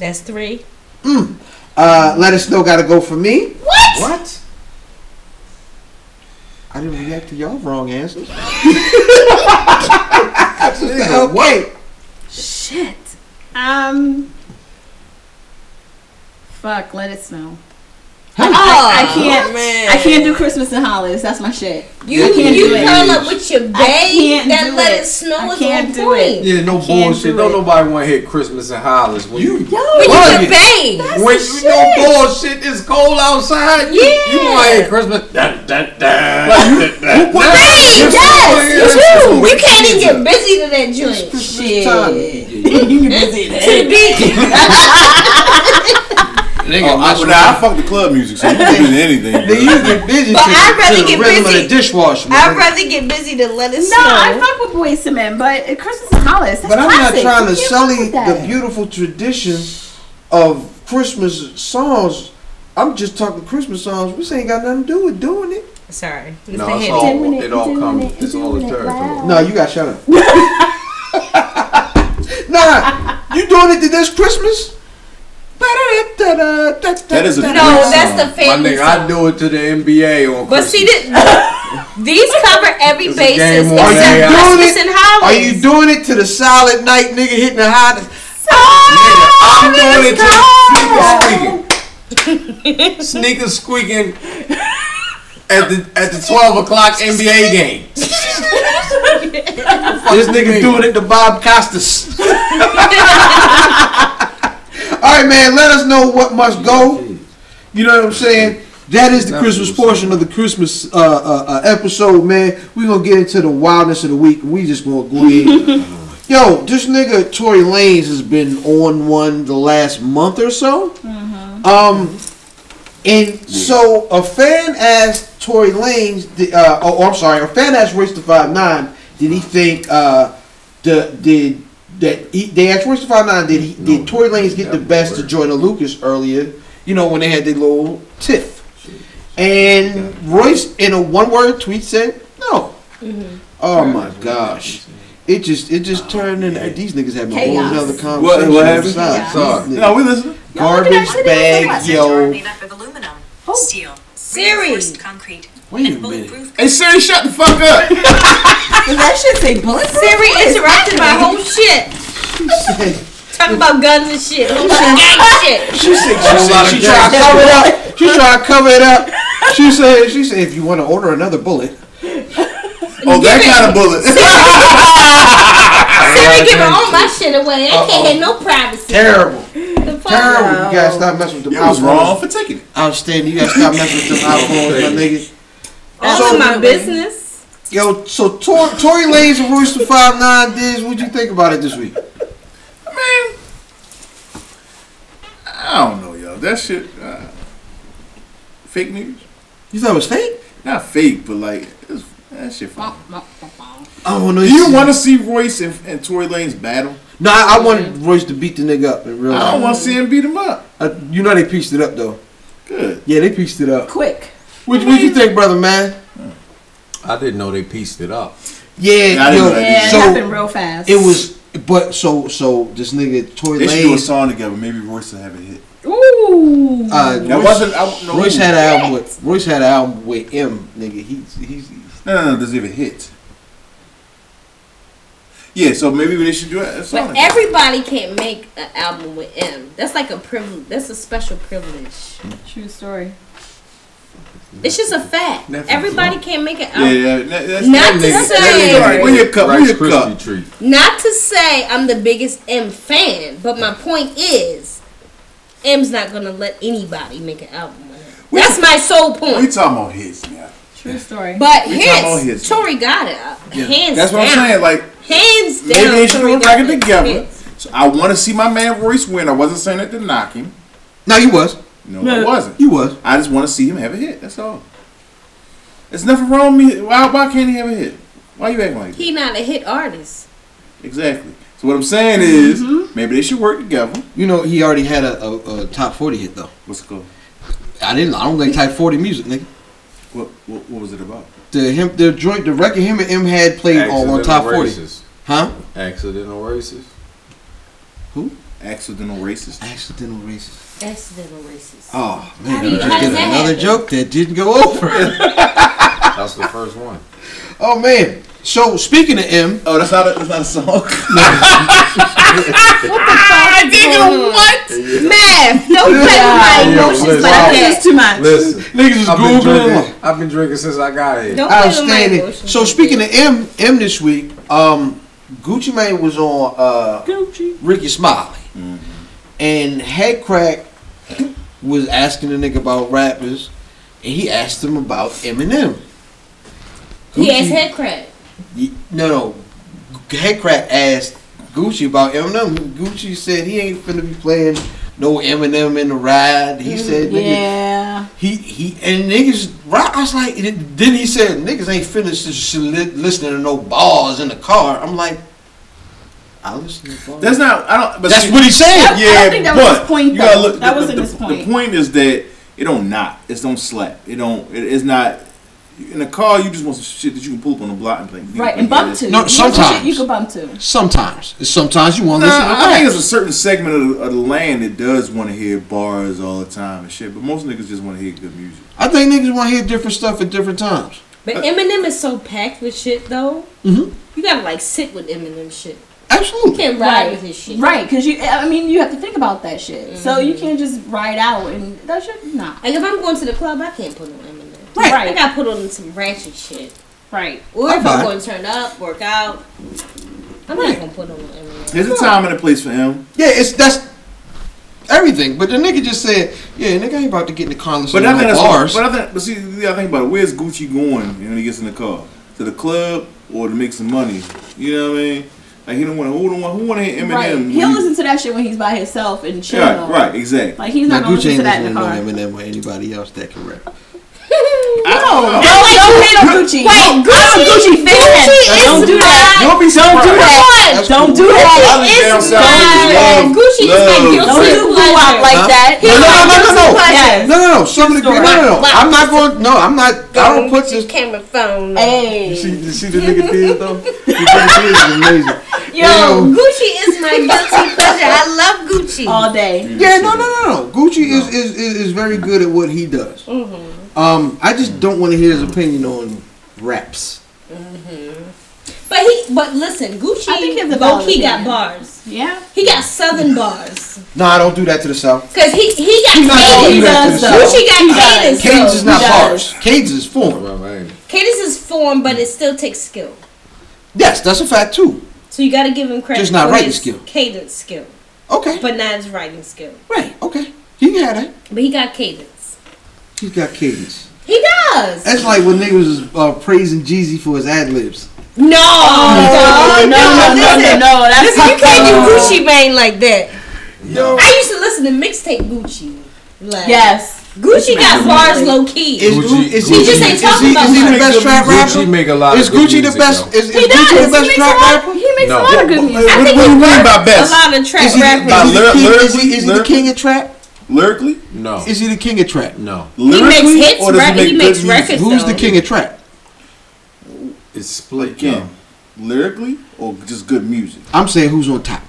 That's three.
Uh, Let It Snow gotta go for me.
What?
What? I didn't react to y'all wrong [laughs] answers. Wait.
Shit. Um. Fuck. Let it snow. I, I, I can't.
man.
I can't do Christmas in Hollis. That's my shit.
You
I can't
you
do it.
curl up with your babe
can't
that
do
let
it.
it snow
I
is
can't
on
do it.
point.
Yeah, no
can't
bullshit.
do
Don't
it.
nobody want to hit Christmas in Hollis when you
When you
Right.
your babe.
when you no bullshit. It's cold outside. You, you want to
Yeah.
hit Christmas? Dun, dun, dun.
Right, yes,
[laughs]
you do. You can't even get busy to that joint.
Shit.
Yeah,
To the beach. [laughs]
Nigga,
Oh, I,
my-
nah, I fuck the club music, so [laughs] you can do anything.
Then
bro.
you get busy
But
to,
I'd rather
to the
get
rhythm
busy.
of the dishwasher.
I'd
man.
rather get busy to let it
No,
snow.
I fuck with Boys to Men, but Christmas in Hollis. That's
but I'm
classic.
not trying
You
to
can't
sully
fuck with
the
that.
beautiful tradition of Christmas songs. I'm just talking Christmas songs. This ain't got nothing to do with doing it.
Sorry. Mr.
No, it's
Henry.
all,
Doing
it,
it,
all
doing
comes.
it,
it's all a
doing it
territory.
loud.
No, you got shut up. [laughs] nah, you doing it to this Christmas?
That is a
No,
great
that's
song.
the
My
family
nigga,
song.
I do it to the NBA on
But see,
Christmas. [laughs]
thi- these cover every
It's a
basis
game on
except
AI.
Christmas and
Are
holidays.
you doing it to the solid night nigga hitting the hot?
Nigga, I'm doing it to sneaker squeaking. [laughs] sneaker squeaking at the at the twelve o'clock NBA game.
This nigga doing it to Bob Costas. [laughs] All right, man. Let us know what must go. You know what I'm saying? That is the Christmas portion of the Christmas uh, uh, uh, episode, man. We're gonna get into the wildness of the week. We just gonna go ahead. Yo, this nigga Tory Lanez has been on one the last month or so. Um, and so a fan asked Tory Lanez, did- uh, oh, I'm sorry, a fan asked Royce the Five Nine, did he think uh, the did that he, they asked Royce the Five Nine, did he did Tory Lanez get the best to join the Lucas earlier? You know when they had their little tiff, and Royce in a one word tweet said no. Oh my gosh. It just it just turned into these niggas having a whole
Chaos.
other
Ah,
conversation.
What- what happened?
besides
Chaos.
these niggas.
No, we listen.
Garbage
Y'all look at
bag,
that
yo. Oh,
Made up of aluminum, steel,
Siri.
reinforced concrete,
Wait a
and
minute.
bulletproof
Hey Siri, shut the fuck up.
Does that shit say bullet?
Siri interrupted my whole shit.
[laughs]
Talking about guns and [laughs] shit. Whole shit, gang shit.
She said she, said,
lot of
she
gas.
tried to cover it up. She tried to cover it up. She said she said if you want to order another bullet.
Oh, that kind of bullet.
Siri giving all my shit away. I can't have no privacy.
Terrible.
The fuck?
Terrible. You gotta stop messing with them
You was
iPhones.
wrong for taking it.
Outstanding. You gotta stop messing with them iPhones, my nigga.
All
So-
in my business.
Yo, so Tor- Tory Lanez and Rooster Five Nine Diz, what'd you think about it this week?
I don't know, y'all. That shit, uh, fake news.
You thought it was fake?
Not fake, but like it's, that shit. Fine.
I don't know.
Do you want to see Royce and, and Tory Lanez battle?
No, I, I wanted Royce to beat the nigga up in real
I don't
life.
want to see him beat him up.
Uh, you know they pieced it up though.
Good.
Yeah, they pieced it up.
Quick.
What, what you think, brother man?
I didn't know they pieced it up.
Yeah,
I didn't
yo,
know that
Yeah,
So-
it happened real fast.
it was. But so so this nigga Tory
They should do a
Lanez.
song together. Maybe Royce will have a hit.
Ooh.
Uh,
That
Royce-
wasn't. I don't know.
Royce had an album with Royce had an album with M nigga. He's he's, he's
No, no, no. Does he have a hit? Yeah. So maybe they should do a a song.
But
together.
everybody can't make an album with M. That's like a privilege. That's a special privilege.
True story.
It's just a fact.
Netflix,
Everybody can't make an
Yeah,
album.
yeah. that- That's
Not to
Netflix.
say,
Alright, where your cup? Where
Rice
your
Krispie
cup?
treat.
not to say I'm the biggest M fan, but my point is, M's not gonna let anybody make an album with him.
We-
That's my sole
We
point.
talking about hits now.
True story.
But
we talking about
his,
his.
Tory got it. Hands
That's what I'm
down.
saying. Like
Hands down.
maybe they should
Tory
do a
got
record
it.
together.
Hits.
So I want to see my man Royce win. I wasn't saying that to knock him.
no, you was
No, I wasn't.
you was.
I just want to see him have a hit. That's all. There's nothing wrong with me. Why, why can't he have a hit? Why you acting like that?
He not a hit artist.
Exactly. So what I'm saying is, maybe they should work together.
You know he already had a, a, a top forty hit though.
Let's go.
I didn't. I don't like type forty music, nigga.
What, what what was it about?
The him the joint the record him and M had played on, on
Accidental
top forty.
racist.
Huh?
Accidental racist.
Accidental racist.
Accidental racist.
Accidental racist.
Oh
How
Man,
do
you
you-
just
how
did
does that
another
happen?
joke that didn't go [laughs] over.
That's the first [laughs] one.
oh man. So speaking of M,
oh, that's not a, that's not a song.
Oh. Math. No
Don't play with my
Yeah,
emotions
listen.
like that. It's too much.
Listen,
niggas is
I've been
googling.
drinking. I've been drinking since I got here.
Don't play with my
Outstanding.
emotions
So
like
speaking
that.
of M, M this week, um, Gucci Mane was on uh,
Gucci.
Ricky Smiley, and Headcrack was asking the nigga about rappers, and he asked him about Eminem.
he has
Gucci-
head crack.
Ye- No, no. Headcrack asked Gucci about Eminem. Gucci said he ain't finna be playing no Eminem in the ride.
Mm,
He said, nigga,
Yeah.
he, he, and niggas, right? I was like, and it- then he said, niggas ain't finna s- s- li- listening to no bars in the car. I'm like, I listen to bars.
that's not. I don't. But
That's
see-
what he said.
That- I don't think that was
but
his point,
you gotta
though.
look-
That
the-
wasn't
the-
his
The
point.
point is that it don't knock. It don't slap. It don't. It, it's not. In a car, you just want some shit that you can pull up on the block and play.
Right, and bump to.
No,
You want some shit
sometimes.
You can bump to.
Sometimes. Sometimes you want to
Nah,
listen to
I think
rap.
there's a certain segment of the, of the land that does want to hear bars all the time and shit, but most niggas just want to hear good music.
I think niggas want to hear different stuff at different times.
But Eminem is so packed with shit though.
Mhm.
You gotta like sit with Eminem shit. You
Absolutely.
can't ride with his shit.
Right, because you, I mean, you have to think about that shit. So you can't just ride out and that shit, nah.
Like if I'm going to the club, I can't put on Eminem.
Right.
I gotta put on some ratchet shit.
Right.
Or if
Okay.
I'm going to turn up, work out, I'm not gonna put on Eminem.
There's a time and a place for him,
Yeah, it's that's everything. But the nigga just said, yeah, nigga ain't about to get in the car and listen
but
to
I
no
think that's
bars.
but I think but see the other thing about it, where's Gucci going when he gets in the car to the club or to make some money? You know what I mean? Like he don't want to who don't want who want to hear Eminem?
right.
when
He'll
you-
listen to that shit when he's by himself and chill.
Yeah, right, exactly.
Like he's
Now,
not gonna
Gucci
listen
ain't
to that in
listening
the
to
car.
Eminem or anybody else that can rap.
I don't know.
Don't hate on Gucci.
Wait,
I'm a Gucci fan.
Gucci is
Don't do that.
not.
Don't be surprised.
Don't do that.
That's
Don't do
I
that.
was down
It's
south.
not.
Love,
Gucci is my
love.
Don't
guilty
do blue out
pleasure.
like
Huh?
that.
No, no, no, no, no.
Yes.
No, no, no. Some of the, no,
True
no,
story.
no. I'm not going. No, I'm not. I don't put
Get your
this.
camera phone.
Hey.
Did see the nigga did though? The nigga did is
[laughs]
amazing. Oh.
Yo, Gucci is my guilty pleasure. I love Gucci.
All day.
Yeah, no, no, no, no. Gucci is, is is is very good at what he does.
Mm-hmm.
Um, I just don't want to hear his opinion on raps.
But he, but listen, Gucci,
I think he has a
low key
valid
got
opinion.
bars.
Yeah.
He got southern bars.
No, I don't do that to the south.
Cause he he got
He not
He
doing
cadence.
that to
does
the
though.
south.
Gucci got cadence.
Cadence
though.
is not
He
bars.
does.
Cadence is form.
Well, hey,
Cadence is form, but it still takes skill.
Yes, that's a fact too.
So you got to give him credit.
Just not
for
writing
his
skill.
Cadence skill,
Okay,
but not his writing skill.
right. Okay, he can have that.
But he got cadence.
He's got cadence.
He does.
That's like when niggas was uh, praising Jeezy for his ad libs.
no, no, no,
Oh,
Oh, no, no,
listen.
no, no, that's-
listen, you can't do Gucci Mane like that.
Yo.
I used to listen to mixtape Gucci. Like,
Yes.
Gucci got bars low key.
Is,
Gucci-
is
Gucci-
he,
We just
ain't
is
talking
he,
about
is he
that.
the best trap
Gucci
rapper?
make a lot
Is
of good
Gucci the
music,
best?
though.
Is, is
He does.
Gucci the best
he, makes
trap
a lot,
rapper?
he he makes
No.
a lot of good music.
What, what do you mean by
A
best?
lot of
uh, Is
trap
he,
By
rappers.
is, he the
lyri-
king, is,
lyrically,
he, is he the
lyric-
king of trap?
Lyrically?
No,
Is he the king of trap?
no,
He makes
Lyrically,
hits.
or does
Right?
he make
He makes
good music?
records.
Who's
though.
the king of trap?
it's split.
Again, lyrically or just good music?
I'm saying who's on top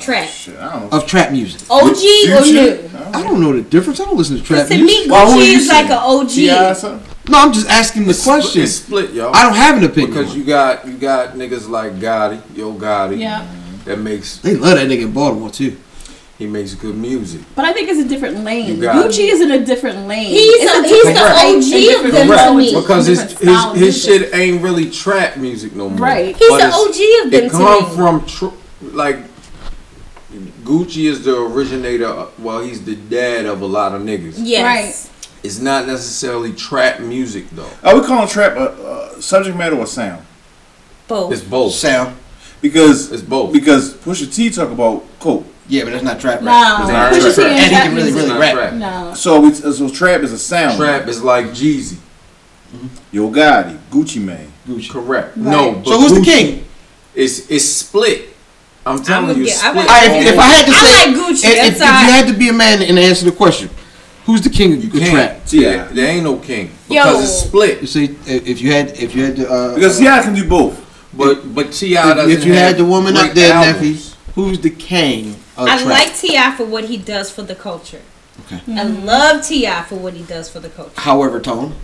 Trap.
Shit, I don't know.
of trap music.
OG or
Future?
new?
I
I don't know the difference. I don't listen to trap
To
music.
me,
Why would
Gucci
you
is
say
like an
that? T.I. or
OG.
something?
No, I'm just asking the
It's split-
question.
It's split, y'all.
I don't have an opinion.
because
on
you
it.
got you got niggas like Gotti, Yo Gotti. That makes
they love that nigga in Baltimore too.
he makes good music.
But I think it's a different lane.
You got it.
Gucci is in a different lane.
He's
It's
a- he's the
different
OG
type and
of
different
them to
sound.
me.
Because his
Different
his,
style
his
music.
shit ain't really trap music no more.
Right.
He's
But
the
it's-
OG of them to
It come
me.
from tr- like Gucci is the originator. Well, he's the dad of a lot of niggas.
Yes.
It's not necessarily trap music though.
I would call Oh, trap a, a subject matter or sound
It's
Both.
both.
Sound.
because
It's both.
because Pusha T talk about coke.
Yeah, but that's not trap rap.
No.
Right.
Pusha T
And
Right.
ain't
he
trap
can really,
music.
really
It's not
rap.
trap.
No.
So it's so trap is a sound.
Trap is like Jeezy.
Yo Gotti, Gucci Mane.
Uh-huh. Correct. No. But
So who's the
Gucci-
king?
It's it's split. I'm telling
I'ma
you,
get-
it's
I
split.
like-
All right, if, if I had to
I
say,
like Gucci,
if- if,
that's
if
all
you
right.
had to be a man and answer the question, who's the king of
you
the trap?
can't. See, there, there ain't no king because
Yo.
it's
You
split.
see, if if you had, if you had to, uh,
Because T.I. can do both.
But but Ti
if,
doesn't.
if you had
have
the woman up
great
there, Neffy,
albums.
who's the king of
I
trap?
like Ti for what he does for the culture.
Okay.
I love Ti for what he does for the culture.
However, tone.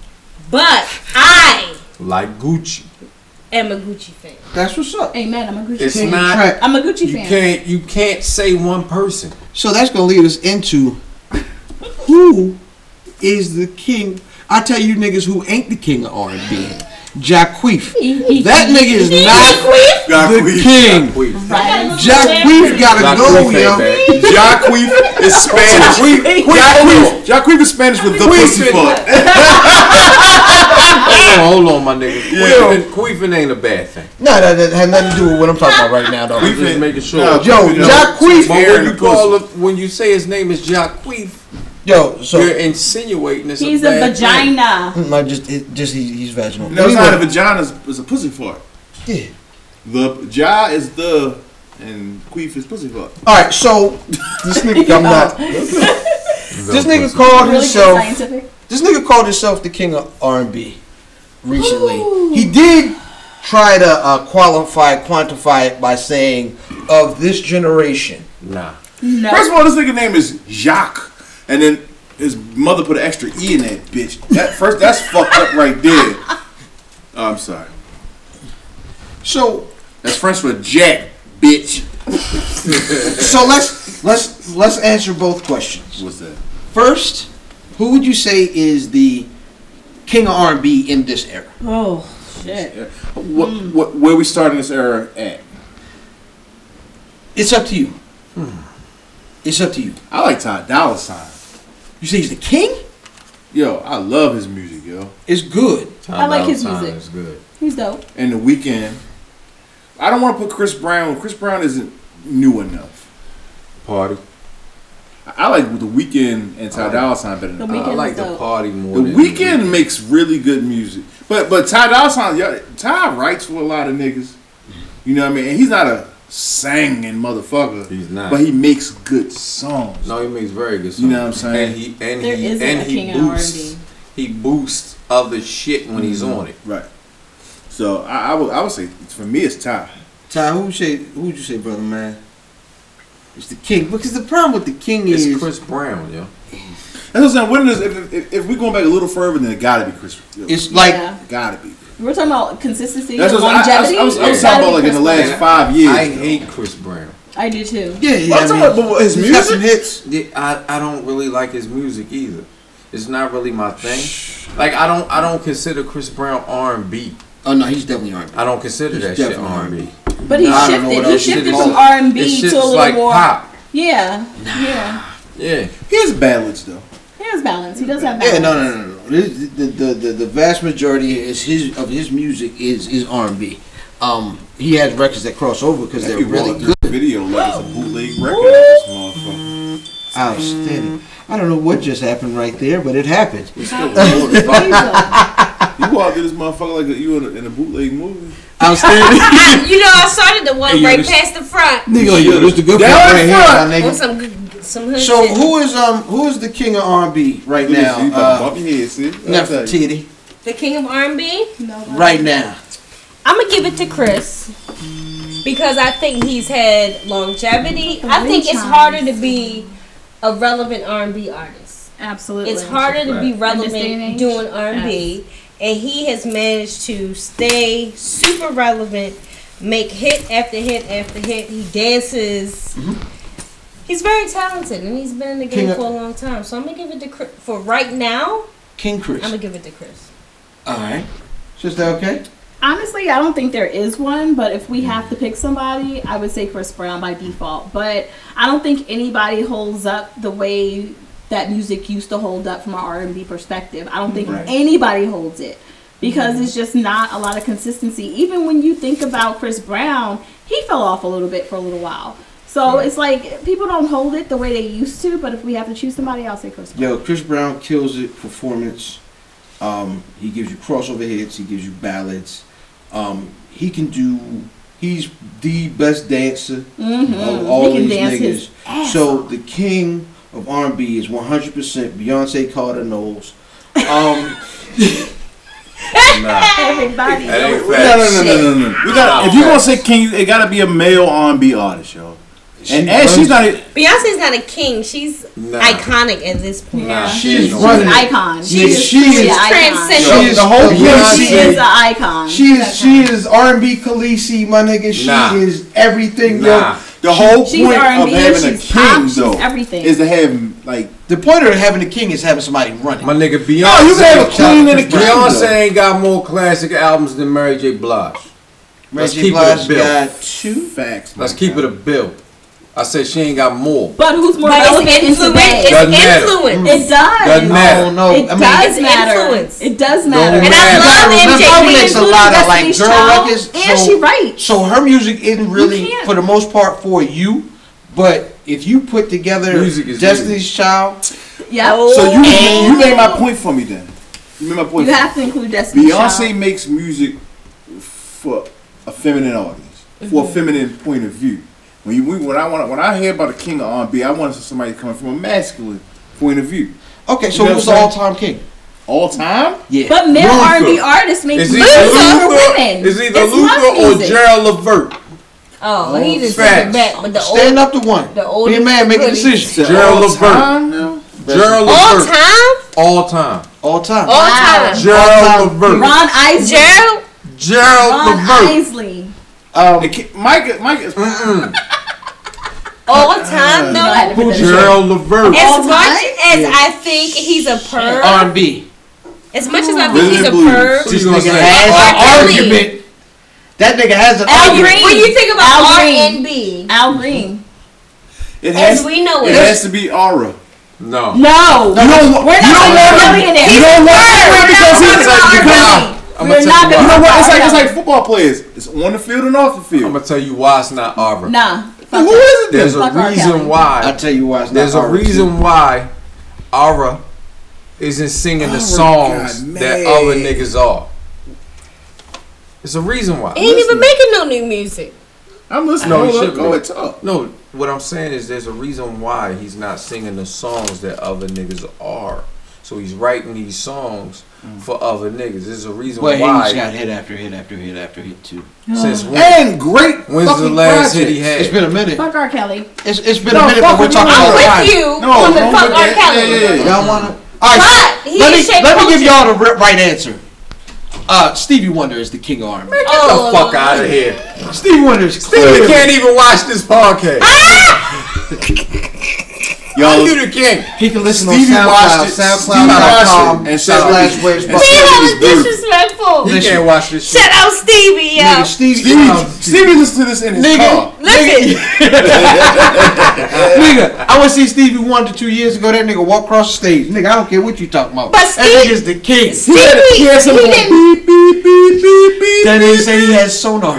But I
like Gucci.
am a Gucci fan.
That's what's up.
Amen. I'm a Gucci
It's
fan.
not-
Trap.
I'm a Gucci
You
fan.
can't you can't say one person.
So that's gonna lead us into who is the king. I tell you niggas who ain't the king of R and B. Jacqueef. That nigga is not the
Jacqueef.
king.
Wait,
Jacqueef gotta go,
Jacqueef
yo.
ain't bad.
Jacqueef is Spanish. Jacqueef. Jacqueef is Spanish with the pussy fuck.
Hold on, hold on, my nigga.
Yeah.
Queefing, queefing ain't a bad thing.
No, that, that had nothing to do with what I'm talking about right now, though.
I'm just making sure.
Nah,
Yo,
Queef is-
But
Jacqueef.
when
Aaron
you
the
call him, when you say his name is Jacqueef,
Yo, so
you're insinuating it's
He's
a,
a
bad thing.
vagina.
no, just it, just he, he's vaginal.
No, it's not a
Anyway,
vagina. It's, it's a pussy fart.
yeah.
The ja is the and queef is pussy fart.
All right, so this nigga, I'm not. This nigga called
Really good
himself.
scientific.
This nigga called himself the king of R&B recently. He did try to uh, qualify, quantify it by saying of this generation.
Nah.
First of all, this nigga name is Jacques, and then his mother put an extra e in that bitch. That first, that's fucked up right there. Oh, I'm sorry.
So,
That's French for Jack, bitch.
so let's let's let's answer both questions.
What's that?
First, who would you say is the king of R&B in this era?
Oh shit.
What, what, where we starting this era at?
It's up to you.
Hmm.
It's up to you.
I like Ty Dolla Sign.
You say he's the king?
Yo, I love his music, yo.
It's good.
I like his
Time
music.
is good.
He's dope.
And the weekend. I don't want to put Chris Brown. Chris Brown isn't new enough.
Party.
I I like the weekend and Ty Dolla Sign better than
The
I
I
Weeknd
like
is
the
dope.
party more.
The
than
weekend makes really good music, but but Ty Dolla Sign, yeah, Ty writes for a lot of niggas. You know what I mean? And he's not a singing motherfucker.
He's not.
But he makes good songs.
No, he makes very good. Songs.
You know what I'm saying?
And he and
There
he
isn't
and
a
he
king in
boosts.
R&B.
He boosts other shit when he's on it.
Right. So I, I would I would say for me it's Ty.
Ty, who would you say? Who would you say, brother man? It's the king because the problem with the king is
It's Chris Brown, yo.
That's what I'm saying. When is, if, if, if we're going back a little further, then it gotta be Chris.
it's like
Yeah.
gotta be.
We're talking about consistency,
That's what I- I- I was-
longevity.
I was-
I was
Gotta
talking about,
be
like, in
Chris
the last
Brown.
And I-
five years,
I
though.
hate Chris Brown.
I do too.
Yeah, yeah.
Well, I'm
I
talking
mean,
about- but his
he's got some
music?
hits.
Yeah, I, I don't really like his music either. It's not really my thing. Like I don't I don't consider Chris Brown R and B.
Oh no, he's definitely R&B.
I don't consider
He's
that shit
definitely
R and B.
But he
Nah, I don't know
shifted.
what
He
else shit
shifted
is.
from R and
His
B to
shit's
a little
like
more.
pop.
Yeah, yeah.
Yeah,
He has ballads though.
He has balance. He does have balance.
Yeah, no, no, no, no. This- The, the, the, the vast majority is his of his music is is R&B. Um, he has records that cross over because they're
He
really
really
good.
Video like it's a bootleg record. of this motherfucker.
Outstanding. I don't know what just happened right there, but it
[laughs]
happened. [laughs]
we still recording.
You walked through this motherfucker like you in a, in a bootleg movie.
Outstanding.
you know, I started the one
Hey, yo,
right
this-
past the front
Nigga, yo, this the good part
Down
right here,
front.
my
on
nigga.
some good- some hood
So
shit.
who is um who is the king of R&B right
Look at
now?
this, you about to
Uh,
bump your head, see? I'll tell you.
Nefertiti,
the king of R&B?
right now.
I'm gonna give it to Chris because I think he's had longevity. I think it's harder to be a relevant R&B artist.
Absolutely.
It's harder to be relevant
Understanding.
doing R&B, and he has managed to stay super relevant, make hit after hit after hit. He dances.
Mm-hmm.
He's very talented, and he's been in the
King
game
of-
for a long time. So I'm gonna give it to Chris for right now.
King Chris.
I'm gonna give it to
[laughs]
Chris.
All right. Sister, okay?
Honestly, I don't think there is one, but if
Mm.
we have to pick somebody, I would say Chris Brown by default. But I don't think anybody holds up the way that music used to hold up from an R&B perspective. I don't think
Right. Mm-hmm.
anybody holds it because it's just not a lot of consistency. Even when you think about Chris Brown, he fell off a little bit for a little while. So it's like people don't hold it the way they used to, but if we have to choose somebody, I'll say Chris Brown.
Yo, Chris Brown kills it performance. Um, he gives you crossover hits. He gives you ballads. Um, he can do. He's the best dancer of
Mhm.
all
He can
these
dance
niggas.
his ass
so
off.
the king of R&B is 100% Beyonce Carter Knowles. Um,
Nah.
Everybody.
That ain't
No, no, no, no, no, no. We gotta, if you're gonna
Facts.
say king, it gotta be a male R&B artist, yo. And,
She
and she's
runs-
not. A,
Beyonce's not a king. She's
Nah.
iconic at this point.
Nah,
she's
no-
She's
running.
an icon. She
Nigga,
is,
she
truly
is
an icon.
transcendent.
She is
The whole
a
point
She
Beyonce.
is an icon.
She is she is R&B Khaleesi, my nigga. She
Nah.
is everything,
Nah.
yo.
The whole
She's
point of
R&B,
having a
she's
king,
pop, she's
though,
everything.
is to have like.
The point of having a king is having somebody running.
My nigga Beyonce.
No, you can have a queen and a king.
Beyonce
though.
ain't got more classic albums than Mary J. Blige. Let's
Reggie
keep it a
Blige
bill.
got two.
Facts.
Let's keep it a bill. I said she ain't got more.
But who's more
But
relevant
it's
in
influence.
today?
Doesn't
It's
matter.
influence.
Mm-hmm.
It
Doesn't
does.
matter.
Oh no!
It
I mean,
does
It's
matter.
influence.
It does
Don't
matter.
And
matter.
I love
Remember,
MJ.
Bobby
We
makes a
include
lot of like
Destiny's
girl
Child,
records,
and
so-
she writes.
So her music isn't really,
can't-
for the most part, for you. But if you put together
Music is
Destiny's
music.
Child,
Yep.
So you you made my point for me then. You made my point.
You
for me.
have to include Destiny's
Beyonce
Child.
makes music for a feminine audience, for a feminine point of view. When you we- when I want when I hear about a king of R&B, I want to see somebody coming from a masculine point of view.
okay. So
You know
who's
what
the
I'm
all-time king?
All time,
Yeah.
But male
Luther.
R&B artists make
It's
music
either
for
Luther,
women.
it's either
love
Luther or
music.
Gerald Levert.
Oh, he just
facts.
took it back with the
Stand
old
up to one.
the old
Be a man. Make a
goodies.
decision.
Gerald
all
Levert.
time now.
Gerald
all
Levert.
time,
All time.
All time.
all time.
Gerald
time.
Levert.
Ron Isley.
Gerald,
Gerald
Ron
Levert.
Isley.
The
Um,
ki- Mike Mike is
Mm.
all time
No, I had
though.
to put that in.
Gerald Levert.
All
As much
time?
as I think he's a perv,
R&B.
as much as I think
Rhythm
he's a
Blues.
perv,
She's gonna
Nigga
say
has
R&B.
an argument. That nigga has an
Al
argument.
Green. When you think about
Al
R
Green.
and B,
Al Green.
it has
as we know
it
it,
has to be aura.
No.
No.
You don't wa-
We're
you don't
not going to
want him.
millionaire.
You don't want him because
We're
he's
not talking about
Nah,
R&B.
I'm
We're
gonna
not
tell
You
you
gonna-
why.
know what? It's like it's like football players. It's on the field and off the
I'm
field.
gonna tell you why it's not Auburn.
Nah.
Who is it?
There's a
Fuck R. Kelly.
reason
I'll
why.
tell you why. It's
There's
not
a
R&B.
reason why Aura isn't singing the songs
God,
that
man.
other niggas are. It's a reason why.
he ain't even making no new music.
I'm listening.
No,
No,
he
Hold up.
shouldn't
Go
be.
and talk.
No, what I'm saying is there's a reason why he's not singing the songs that other niggas are. So he's writing these songs
Mm.
for other niggas. There's a reason
But he
why.
just got hit after hit after hit after hit too.
since when?
And great.
When's the
fucking
last hit he
projects.
had?
It's been a minute.
Fuck R. Kelly.
It's, it's been
No,
a minute,
fuck
but we're
with
talking
you.
about
I'm
R.
I'm
Kelly.
with you
No,
on the
no,
fuck
but
R
that-
Kelly.
yeah, yeah, yeah.
Y'all wanna? All right.
But he
let me
shaped
let me give
culture.
y'all the ri- right answer. Uh, Stevie Wonder is the king of R&B.
Get the fuck out of here.
Stevie Wonder is
You
clearly
can't even watch this podcast. Are
[laughs] Y'all
you the king?
He can listen
Stevie
on SoundCloud,
watched it. Stevie
SoundCloud.com,
watched it. And
slash
Stevie-
Waves
and
Bar.
Stevie-
That was
Stevie's dirty.
disrespectful.
You can't watch this shit.
Shout out Stevie, yo.
Nigga, Stevie,
Stevie,
um,
Stevie listens to this in his
nigga,
car.
Listen, Uh,
nigga, I would see Stevie Wonder two years ago. That nigga walk across the stage. Nigga, I don't care what you talking about.
But
that
Steve-
nigga's the king.
Stevie, he didn't,
That nigga say he has sonar.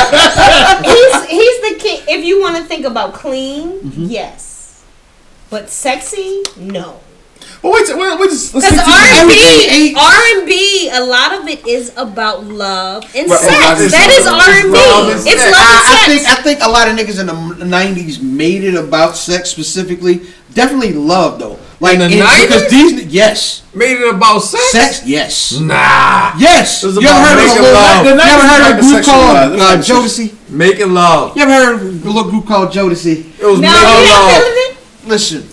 he's, he's the king. If you want to think about clean, yes. But sexy, no.
But wait, wait, wait, just- let's get
Because
to
R and
everything.
B, R and B a lot of it is about love and
Right,
sex.
it's-
That is R and
love and
B. It's
sex.
love
I
and
think
sex.
I think a lot of niggas in the '90s made it about sex specifically. Definitely love though, like
the
it- because
90s?
these yes,
Made it about sex?
sex yes,
Nah.
yes.
It
You
was
ever
about
heard of a
making
little,
love.
you
The
ever
90s
heard of a
was
group
hypersexual,
called
man.
uh,
That's what
Jodeci?
Making love.
You ever heard of a little group called Jodeci?
It was making
No, you're not
love.
feeling it.
Listen,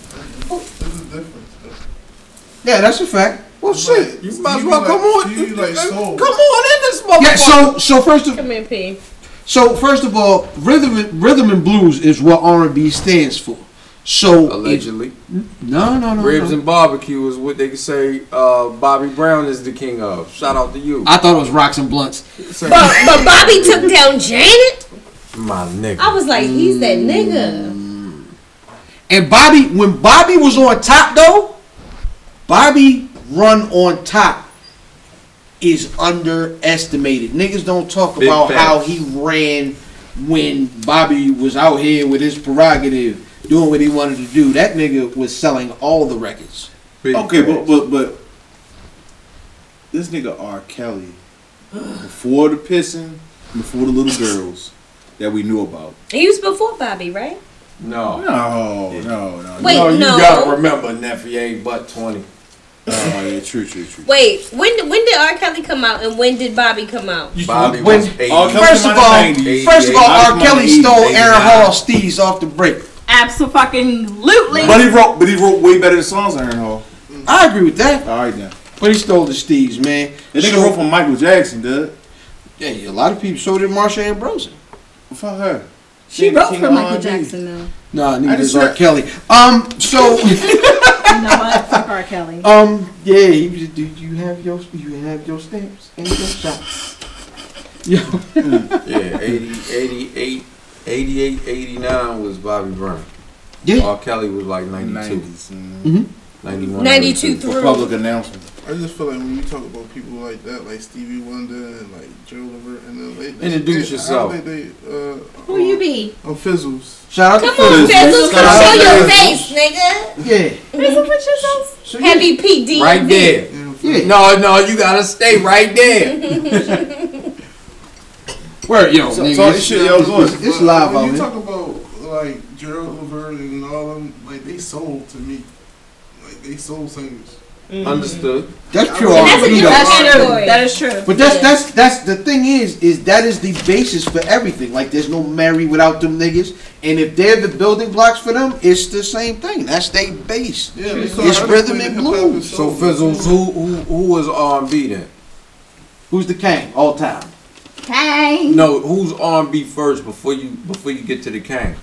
yeah, that's a fact. Well, shit.
You might as well come on.
You like soul.
Come on in this motherfucker.
Yeah, so so first of
Come here, P.
So first of all, rhythm rhythm and blues is what R and B stands for. So it-
Allegedly,
Mm-hmm.
no, no, no,
ribs
no.
and barbecue is what they can say. Uh, Bobby Brown is the king of. Shout out to you,
I thought it was rocks and blunts.
But, but Bobby took down Janet.
my
I
nigga.
was like, he's that nigga.
And Bobby, when Bobby was on top though, Bobby run on top is underestimated. Niggas don't talk
Big
about
facts.
how he ran when Bobby was out here with his prerogative, doing what he wanted to do. That nigga was selling all the records.
Big
Okay, but
facts.
but but this nigga R. Kelly before the pissing, before the little girls that we knew about.
He was before Bobby, right?
no.
No, no, no.
Wait,
no,
no.
you gotta remember, nephew ain't but
[laughs]
twenty.
Oh yeah, true, true, true.
Wait, when when did R. Kelly come out and when did Bobby come out?
Bobby
When-
was eighty.
R. Kelly
First
came
of
out
all,
in the 90s.
first of all,
Bobby
R.
came out
Kelly
in the
stole
80s,
Aaron
89.
Hall steez off the break.
Absolutely.
But he wrote, but he wrote way better songs than Aaron Hall.
I agree with that.
All right now,
But he stole the steez, man.
that nigga
So-
wrote for Michael Jackson, dude.
yeah, a lot of people. So did Marsha Ambrosia.
Fuck her.
She
ain't the
wrote
king
for
of
Michael
R&B.
Jackson though.
Nah,
I
neither
just
is R.
said-
Kelly. Um, so,
You know what? Fuck R.
[laughs]
Kelly.
um, yeah, he was, do you have your you have your stamps and your shots? Yo,
Yeah, 80, 88, 88, 89 was Bobby Brown.
yeah.
R. Kelly was like 92,
Nineties. mm.
91,
92
92.
through.
Public announcement.
I just feel like when you talk about people like that, like Stevie Wonder and like Joe Levert, and then they, they,
Introduce
they,
yourself.
I don't think they, uh,
Who you be?
I'm Fizzles.
Shout out
Come
to
on,
Phillips, man.
Fizzle,
Shout out
come show
to
your
Phillips.
face, nigga.
Yeah,
Fizzle, put yourself.
so yeah,
Heavy PD.
Right there.
yeah.
No, no, you gotta stay
[laughs]
right there.
Where yo,
So-
nigga,
so
it's,
shit, yo,
it's-
look,
it's, it's
But
live
When
out
you
here.
talk about like Gerald Levert and all them, like they sold to me, like they sold singers.
Understood.
That's pure
And that's a
R&B,
different
though.
That's
category.
true. That is true.
But that's that's that's the thing is is that is the basis for everything. Like there's no Mary without them niggas, and if they're the building blocks for them, it's the same thing. That's they base.
Yeah, they sold
It's
everything
rhythm and
hip hop
blues.
So
soul.
Fizzles, who who who was R and B then?
Who's the king all time?
Hey.
No, who's R and B first before you before you get to the Kang?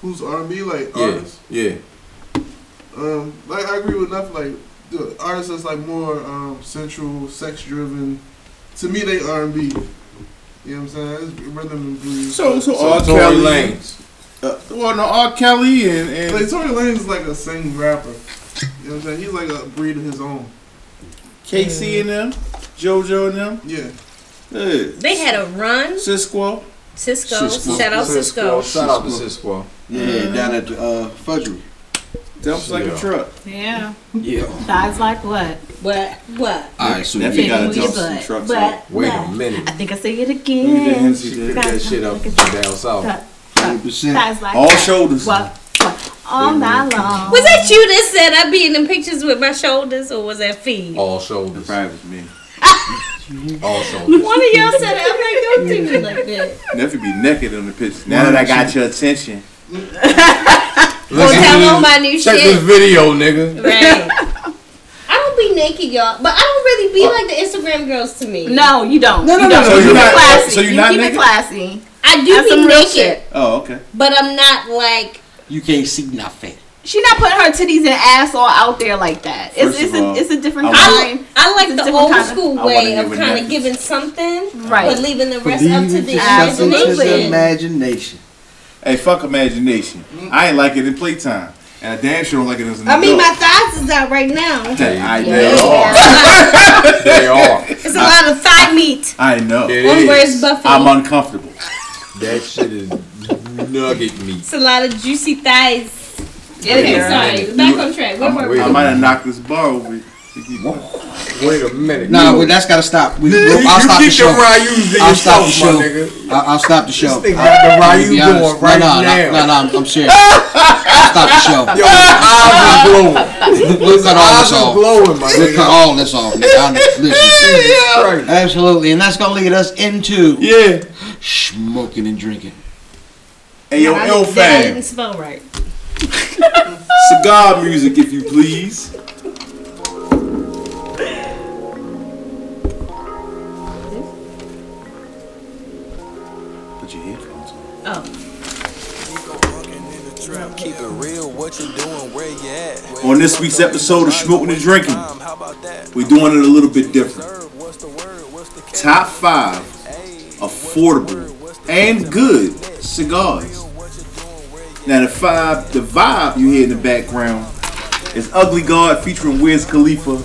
Who's R&B like
Yeah,
artists?
yeah.
Um, like I agree with enough. Like the artists that's like more um, central, sex driven. To me, they R and B. You know what I'm saying? It's rhythm and blues.
So, so,
So
R.
Tory
Kelly.
Lanez.
Uh, well, no, R. Kelly and and
like Tory Lanez is like a sing rapper. You know what I'm saying? He's like a breed of his own.
KC and them, JoJo and them.
Yeah.
Yeah.
They had a run.
Sisquo.
Cisco. Shout out Cisco.
Shout out to Cisco.
Yeah, down at uh, Fudgery.
Dumps like
Yeah.
a truck.
Yeah.
Yeah.
Thighs like what?
What? What?
All right, so
That
yeah.
You gotta
Fizzle
dump
your
some
butt.
trucks
But
Wait
what?
a minute.
I think I say it
Look at that
again.
Hennessy
Pick
there.
Got
that shit up from down south.
Thighs
100%.
like
All
what?
shoulders.
What? What? All night long.
Was that you that said I be in them pictures with my shoulders, or was that Fee?
All shoulders.
Probably was me.
All shoulders.
One of y'all said it. I'm like, don't do me like that.
Never be naked on the pictures. Now that I got your attention.
Well, tell them my new
Check
shit.
this video, nigga.
[laughs] Right. I don't be naked, y'all, but I don't really be like the Instagram girls to me.
No, you don't.
No, no,
you
no,
don't.
so
you
you're
keep
not-
it classy.
so you're
you
not
keep it
naked?
classy.
I do
That's
be
some real
naked,
shit.
Oh, okay.
but I'm not like
You can't see nothing.
She not putting her titties and ass all out there like that. It's,
First
it's,
of all,
a, it's a different
I
I,
kind.
I like
It's
the
different
old
kinda-
school
I wanna
way
hear
of
what
kind
Matthew
of giving something,
Right.
but leaving the rest up to the
to
yourself and
the
Absolutely.
imagination.
imagination.
Hey, fuck imagination. I ain't like it in playtime. Mm. And I damn sure don't like it as an
I mean, my
adult.
thighs is out right now.
I
Yeah.
know.
[laughs]
They are.
It's a lot of thigh meat.
I know.
It
One where's
is.
Buffy.
I'm uncomfortable.
That shit is nugget meat.
it's a lot of juicy thighs.
Yeah.
Okay, sorry. Back on track. Where were we?
Wait
I
a
might
minute.
have knocked this bar over. to keep-
Wait a minute.
Nah, well, that's gotta stop. We,
Nigga,
we'll, I'll
you
stop the
keep
show.
the Ryu's to
I'll stop the
yourself,
show.
my
I- I'll stop the show.
This nigga got the
I'll be
Ryu
honest.
going right
no, no,
now.
No, no, no, I'm, I'm serious. stop the
[laughs]
show.
Yo, eyes are glowing.
We'll cut all this
Eyes are
off.
glowing, my
We'll cut
nigga.
all this off, nigga. I'm-
[laughs]
Listen.
Right.
Absolutely, and that's gonna lead us into
Yeah.
smoking and drinking.
Hey, yo, L
That
fam.
didn't spell right.
Cigar music, if you please. Put your headphones on.
Oh,
Keep it real, what you doing, where you at?
On this week's episode of Smoking and Drinking,
How about that?
we're doing it a little bit different. Top five affordable and good cigars. Now the five, the vibe you hear in the background is Ugly God featuring Wiz Khalifa.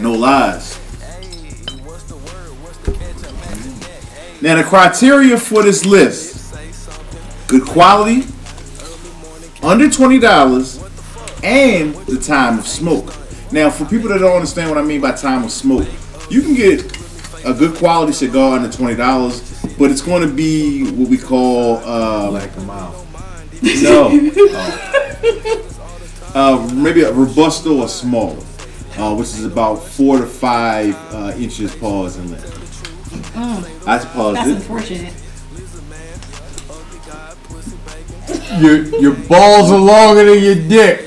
No lies. Now the criteria for this list: good quality, under twenty dollars, and the time of smoke. Now, for people that don't understand what I mean by time of smoke, you can get a good quality cigar under twenty dollars, but it's going to be what we call uh,
Black and mild.
no. Uh, maybe a robusto or smaller, uh, which is about four to five uh, inches pause in length. I just paused
That's
it.
unfortunate.
Your, your balls are longer than your dick.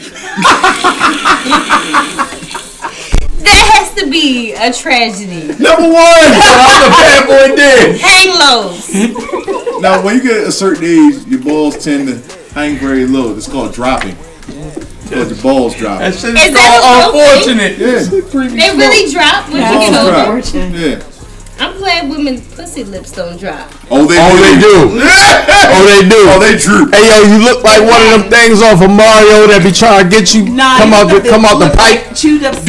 that has to be a tragedy.
Number
[laughs]
one.
That's a bad boy dick.
Halos.
now, when you get a certain age, your balls tend to hang very low. It's called dropping. It's called your balls dropping.
That shit
Is
is
that
called
a real
unfortunate.
Yeah,
They really drop when you
balls
get older.
drop. Yeah.
I'm glad women's pussy lips don't drop.
Oh, they
Oh, they do. Oh, they do.
Oh, they droop.
Hey yo, you look like one of them things off of Mario that be trying to get you
Nah,
come
you
out the,
look at-
come out the
look
pipe.
at Chewed up.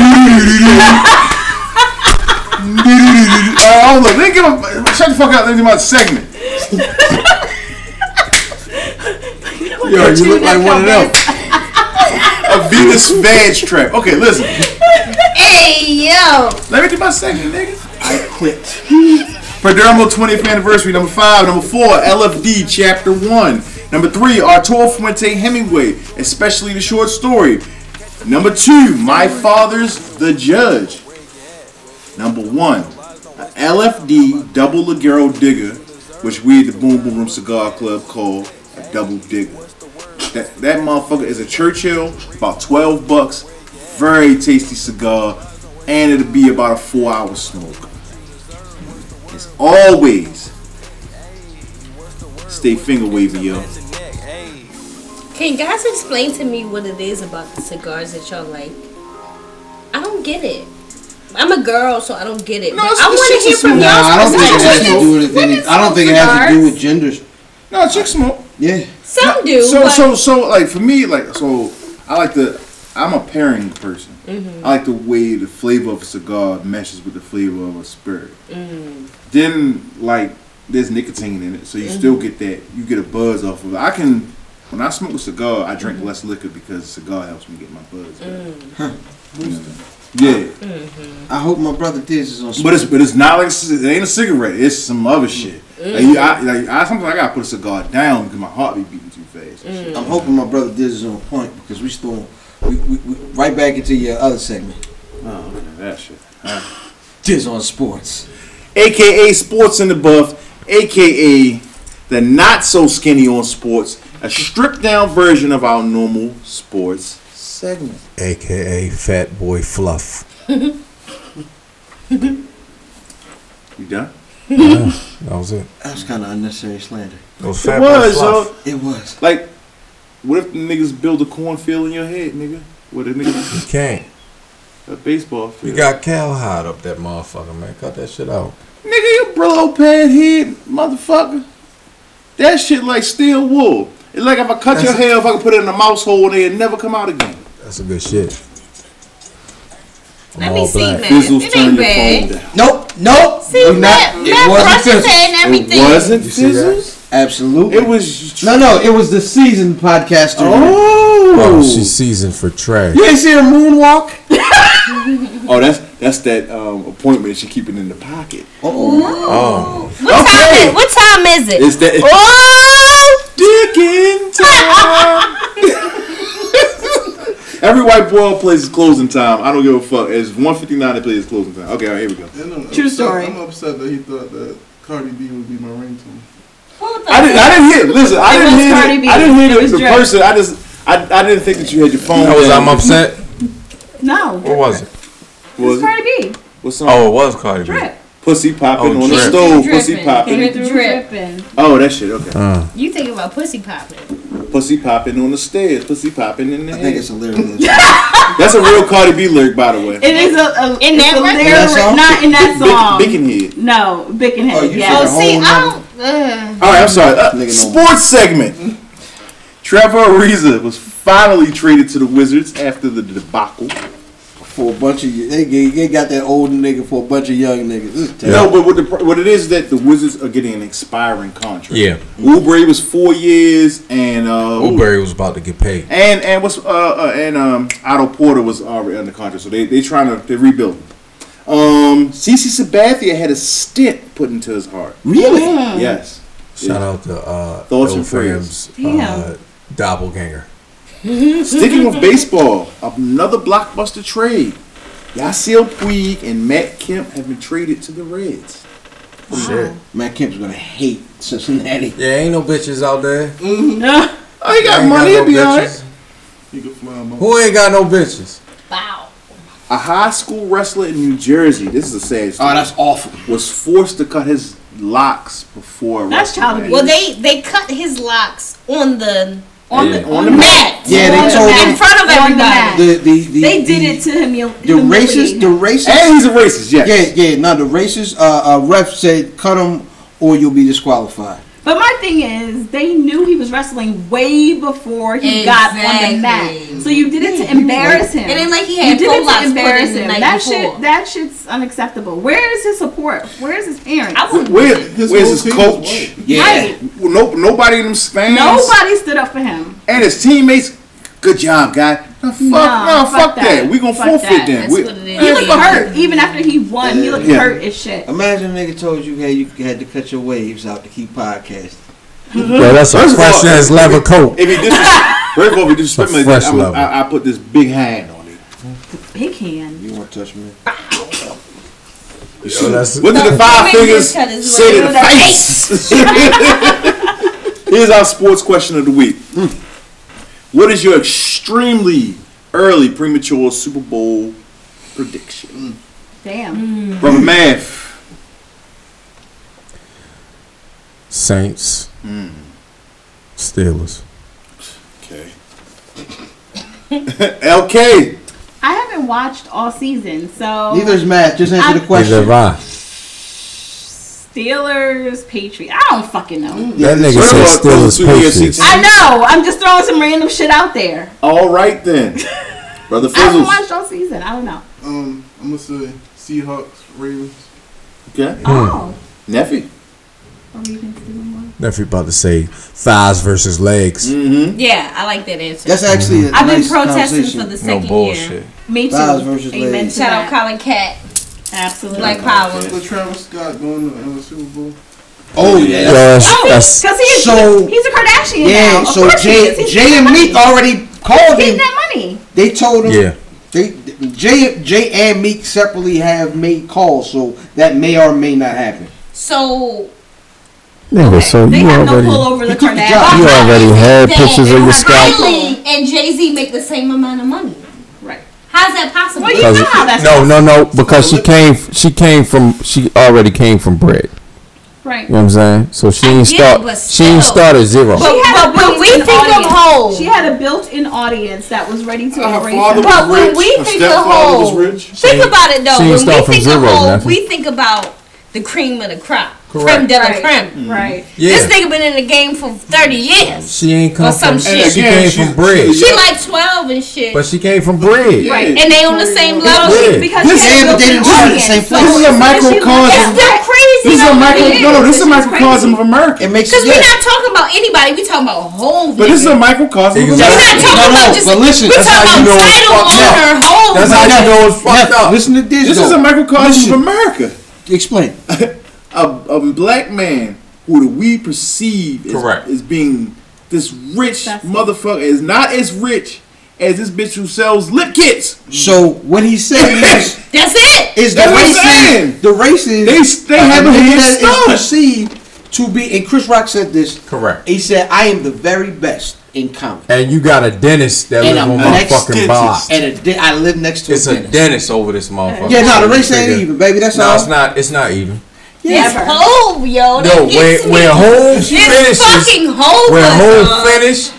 Oh, hold on. They give a, shut the fuck up. They give
[laughs]
my segment.
Yo, you look like one of them. [laughs]
A Venus badge trap. Okay, listen.
Hey yo,
Let me do my segment, nigga. I [laughs] quit. Perdermo 20th anniversary, number five. Number four, LFD, chapter one. Number three, Arturo Fuente Hemingway, especially the short story. Number two, My Father's the Judge. Number one, a LFD Double Ligero Digger, which we at the Boom Boom Room Cigar Club call a double digger. That, that motherfucker is a Churchill, about 12 bucks, very tasty cigar, and it'll be about a four hour smoke. As always, stay finger wavy, yo.
can you guys explain to me what it is about the cigars that y'all like? I don't get it. I'm a girl, so I don't get it. but
it's-
I
it's
want
just
to
a
hear from
Nah,
y'all.
I don't think it has to do with
Women
any, I don't
smoke
think it has to do
cigars.
with genders.
No, chick smoke.
Yeah.
Some do.
So,
but
so, so, like for me, like so, I like the. I'm a pairing person. I like the way the flavor of a cigar meshes with the flavor of a spirit. Then, like, there's nicotine in it, so you still get that. You get a buzz off of it. I can. When I smoke a cigar, I drink less liquor because cigar helps me get my buzz. back. [laughs] You know? Yeah,
I hope my brother Diz is on.
but it's but it's not like a c- it ain't a cigarette. It's some other shit. Like, you, I, like I sometimes I gotta put a cigar down because my heart be beating too fast. and shit.
I'm hoping my brother Diz is on point because we still we, we, we right back into your other segment.
Oh, okay, that shit.
Diz on sports.
aka Sports in the Buff, aka the not so skinny on sports, a stripped down version of our normal sports segment.
AKA Fat Boy Fluff.
You done?
That was it.
That was kind of unnecessary slander.
It was Fat
it was,
Boy Fluff.
uh,
It was.
like, what if the niggas build a cornfield in your head, nigga? What a nigga,
You can't.
a baseball
You
field.
got cowhide up that motherfucker, man. Cut that shit out.
nigga, your Brillo pad head, motherfucker. That shit like steel wool. It's like if I cut your hair, if I could put it in a mouse hole, and it'd never come out again.
That's a good shit. I'm
let
all
me see,
black.
man.
Fizzles
It
turn
ain't
your phone
bad.
down.
Nope. Nope.
See,
You're
Matt, Matt brushes
Fizzles.
and everything.
It wasn't
You see that?
fizzles.
Absolutely.
It was
No, no. It was the seasoned podcaster.
Oh,
Oh, she's seasoned for trash.
You ain't see her moonwalk?
oh, that's That's that um, appointment she keeping in the pocket.
Oh.
What time
is- what time is it?
It's that.
Oh,
digging [laughs] Every white boy plays his closing time. I don't give a fuck. It's 159 that plays his closing time. Okay, all right, here we go.
And I'm
True
upset-
story.
I'm upset that he thought that Cardi B would be my ringtone.
I didn't, I didn't hear. Listen, I
It
didn't
was
hear.
Cardi
The,
B.
I didn't
It
hear
was
the, the
Drake.
person. I just. I, I didn't think that you had your phone.
You know what
down.
I'm upset?
No.
What was it?
Was
It's Cardi B.
What song?
Oh, it was Cardi B.
Drip.
Pussy popping
Oh,
on the
drip.
stove.
Drippin'.
Pussy popping.
Came
Drippin'.
through dripping.
Oh, that shit. Okay.
You thinking about pussy popping?
Pussy popping on the stairs. Pussy popping in the. I think it's
a
[laughs]
lyric.
That's a real Cardi B lyric, by the way.
It is a, a
In
it's
that
a
record?
lyric-
That song?
not in that
Bic-
song.
Bickin' Head.
No, Bickin Head.
Oh, you
yes.
said a whole
I don't. Uh,
All right, I'm sorry. Uh, sports segment. Trevor Ariza was finally traded to the Wizards after the debacle.
For a bunch of you, they, gave- they got that old nigga for a bunch of young niggas. This is
No,
terrible.
but what, the, pro- what it is that the Wizards are getting an expiring contract.
Yeah.
Oubre was four years, and uh,
Uberry was about to get paid.
and and what's uh, uh and um Otto Porter was already under contract, so they they trying to they rebuild. Um, CC Sabathia had a stint put into his heart.
Really?
Mm.
Yes.
Shout out to uh,
Thoughts and
Ill Fram's,
prayers.
uh, doppelganger.
Sticking with baseball, another blockbuster trade. Yasiel Puig and Matt Kemp have been traded to the Reds.
Shit.
Matt Kemp's gonna hate Cincinnati.
Yeah, ain't no bitches out there.
Oh, he got
Ain't
money.
no
He'll be
bitches.
all right.
He could fly him out.
Who ain't got no bitches?
wow.
A high school wrestler in New Jersey. This is a sad story.
Oh, that's awful.
was forced to cut his locks before a
That's
wrestling
child
match.
abuse.
Well, they they cut his locks on the
on
Yeah.
the
On
on
the
the mat.
Yeah, they
On the
told
mat.
him-
in front of
On the
everybody.
mat.
The the the
They did
the-
it to him. hum-
The racist, the racist,
And he's a racist, yes.
yeah, yeah. No, the racist uh, uh, ref said, "Cut him, or you'll be disqualified."
But my thing is, they knew he was wrestling way before he got on the
Exactly.
mat. So you did it to embarrass him.
It ain't like he had
you
full
did it
locks
to
put
embarrass
in the
him.
night
That
before.
shit, that shit's unacceptable. Where is his support? Where is his parents?
I would.
Where,
His
where's
whole
his
team is
coach?
Yeah,
Right.
Well, no, nobody in them stands.
Nobody stood up for him.
And his teammates. Good job, guy. No, fuck, no, fuck, that. We gonna
Fuck
forfeit
that.
them.
That's
we,
what it is.
He
Man,
looked
fuck
hurt even after he won. He looked
Yeah.
hurt as shit.
Imagine a nigga told you, "Hey, you had to cut your waves out to keep podcasting."
Yo, that's a
First of all-
fresh ass leather coat.
If he disrespect,
[laughs]
first of all, if he disrespect me,
A fresh
I'm a-
level.
I, I put this big hand on it.
Big hand.
You want to touch me?
Yo, that's
What did the five fingers
Fingers cut his
say
way
to
to
the
the
face? [laughs] Here's our sports question of the week. Hmm. What is your extremely early premature Super Bowl prediction?
Damn.
Hmm.
Brother Math,
Saints. Steelers.
[laughs] Okay. LK.
I haven't watched all season, so
Neither is Matt. Just answer the
I-
Neither
question.
have I.
Steelers, Patriots. I don't fucking know.
That nigga
First of all,
said
those
Steelers
two AFC
Patriots.
teams-
I know. I'm just throwing some random shit out there.
All right then. Brother
I haven't
Fizzles.
watched all season. I don't know.
Um, I'm gonna say Seahawks, Ravens.
Okay.
Oh.
Nephi.
Or even Steven Moore.
Nephew about to say thighs versus legs.
Mm.
Mm-hmm.
Yeah, I like that answer.
That's actually. A
I've
nice
been protesting
conversation.
for the second
No bullshit.
year.
Me too.
Thighs versus
Amen
legs.
to
Shout out
that.
Colin Cat,
Absolutely.
Black Power.
With Travis Scott going to uh, Super Bowl.
Oh
Yo,
yeah.
that's,
Oh,
that's,
because he is.
So-
he's a Kardashian now.
Yeah.
Of
So
course he
Jay,
is. He's
Jay and Meek already called
getting
him.
that money.
They told him.
yeah.
They Jay Jay and Meek separately have made calls, so that may or may not happen.
So
Okay.
Nigga, so
they
you
have
already
no pull over the
took the
Kardashians.
job.
you already had
That
pictures of your scalp.
Kylie and Jay Z make the same amount of money.
Right.
How's that possible?
Well, you
Because-
know how that's
no, no, no, because she came, she came from, she already came from bread.
Right.
You know what I'm saying? So she
I
ain't
get it,
start,
but
she ain't
still.
started zero.
But-
She had a
but when we
built-in
think of
audience.
whole-
she had a built-in audience that was ready
Uh,
to
Her
embrace
father
her.
was
But when
rich,
we
her
think of
stepfather was
whole-
rich.
Think about it though.
She ain't
When
start
we
from
think
zero,
of whole,
nothing.
we think about the cream of the crop. creme de la
Right.
creme.
Right.
This
Yeah.
nigga been in the game for 30 years.
She ain't
Or
come
some
from.
shit.
She came from bread.
She like 12 and shit.
But she came from bread.
Right, and they on the same level
Yeah.
because
This-
she's
and
built in
they didn't shoot
Oregon,
at the same
so
place. This is a
she- she-
microcosm-
It's still crazy.
This is a
how
micro.
it is,
No, no, this is a
'cause she's
microcosm
crazy.
of America. It makes
Because we're not talking about anybody. We talking about a whole
But this is a microcosm.
Just not talking about just. we
That's
talking
how
about
you know it's
title
fucked
on
up.
her whole.
That's how you know it's fucked
Now,
up.
listen
to This is a microcosm of America.
Explain. a, a black man who do we perceive as, as being this rich motherfucker is not as rich as this bitch who sells lip kits.
So what he said
[laughs]
is,
That's it.
is the
That's what I'm
races.
saying.
The races.
they have a head
that
start.
is perceived to be. And Chris Rock said this.
Correct.
He said, "I am the very best in comedy."
And you got a dentist that
And
lives
I'm
on my
next
fucking
dentist.
block.
And a de- I live next to
It's
a
a
dentist.
dentist over this motherfucker.
Yeah, no, the race
Nigga.
ain't even, baby. That's
no,
all.
it's not. It's not even.
This whole yo. that
No,
gets
when
me.
when home
This
finishes,
fucking whole
when
was
home
on.
finish,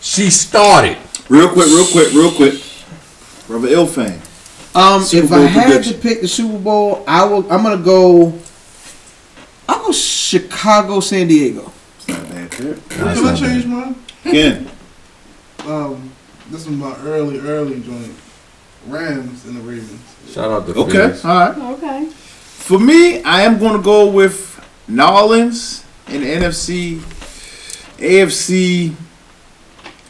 she started.
Real quick, real quick, real quick. Brother Ilfane.
Um,
Super
if
Bowl
I had to
prediction.
pick the Super Bowl, I will. I'm gonna go. I will Chicago, San Diego.
Can I change mine?
Again.
Um, this was my early, early joint. Rams and the Ravens.
Shout out to
Okay,
Fizz.
all right.
Okay.
For me, I am going to go with Nolans and NFC, AFC.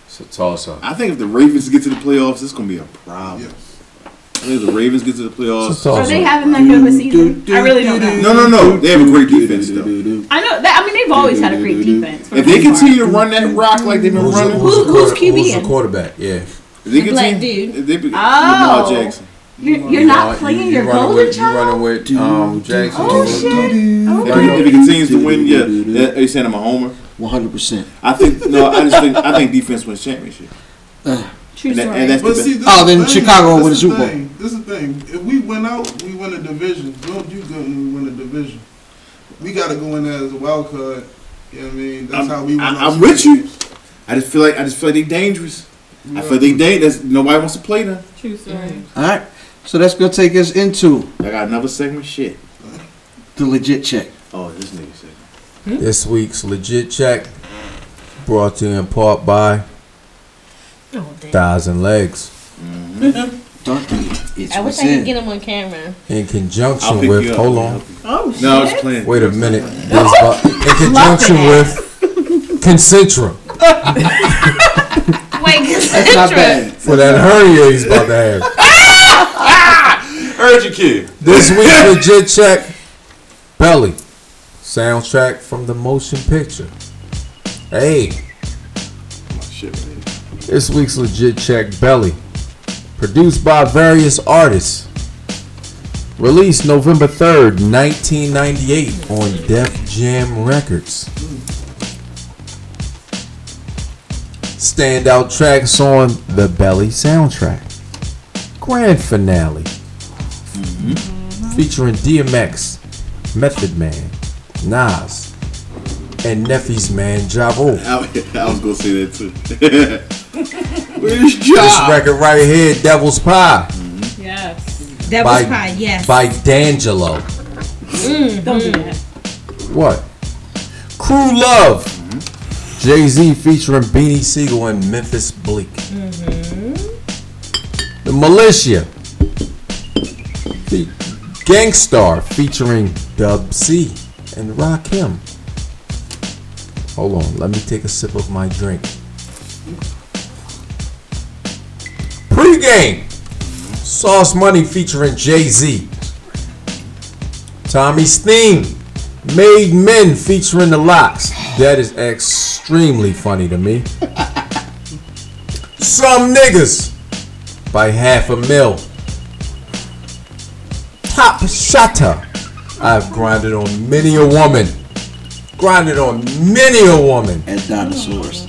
It's a toss up.
I think if the Ravens get to the playoffs, it's going to be a problem. I think if the Ravens get to the playoffs.
It's a toss-up.
Are they having that good of a season? I really don't know.
No, no, no. They have a great defense, though.
I know that. I mean, they've always had a great defense. for
If
the
they
most
continue to run that rock like they've been
Who's, the-
running,
who's, the
Who- who's
quarter-
QB
who's the
in?
quarterback? Yeah.
if they
The black
continue,
dude.
if they be,
Oh.
Lamar Jackson.
part. You're, you're not
Uh,
playing
you,
your
you running
golden
with, you
child.
running with um, Jackson.
Oh shit.
If
Okay.
he, if he continues to win, yeah.
[laughs]
yeah, Are you saying I'm a homer?
One hundred percent.
I think no. I just think I think defense wins championship. And
True
that-
story.
and that's-
But see, this
Oh,
is
then
the thing.
Chicago will
This
win
is
the Super Bowl.
thing. This is the thing. If we win out, we win a division. We don't do good when we win a division. We got to go in there as a wild card. You know what I mean? That's
I'm-
how we win.
I-
our
I'm with you.
games.
I just feel like I just feel like they dangerous. I
Yeah.
feel they dangerous. Nobody wants to play them.
True story.
All right. So that's gonna take us into
I got another segment. Shit.
the legit check.
Oh, this nigga said.
This week's legit check brought to you in part by
Oh, damn.
Thousand Legs
Darky, it's
I wish
what's
I could
in.
get him on camera.
in
I'll
conjunction
pick
with.
you up.
Hold on.
Oh
No, I was playing.
Wait a minute. There's bu- in
[laughs]
conjunction with Concentra
[laughs] Wait, cause
That's not bad.
for that hernia he's about to have.
Urge your kid.
This week's legit check. Belly. Soundtrack from the motion picture. Hey,
Shit, man.
this week's legit check. Belly. Produced by various artists. Released November 3rd, 1998 on Def Jam Records. Standout tracks on the Belly soundtrack. Grand finale. Featuring DMX, Method Man, Nas, and Neffy's man Javo.
[laughs] I, I was gonna say that too. [laughs] Where's
This
Josh?
record right here, Devil's Pie,
Yes.
That
Bye.
was probably yes.
by D'Angelo.
Mm-hmm. Don't do that.
What? Crew Love. Jay Z featuring Beanie Siegel and Memphis Bleak.
Mm-hmm.
The Militia. The Gangstar featuring Dub C and Rakim. Hold on, let me take a sip of my drink. Pre-game. Sauce Money featuring Jay Z. Tommy Steen. Made Men featuring the Locks. That is extremely funny to me. [laughs] Some niggas by half a mil. Top shotter. I've grinded on many a woman. Grinded on many a woman.
And dinosaurs.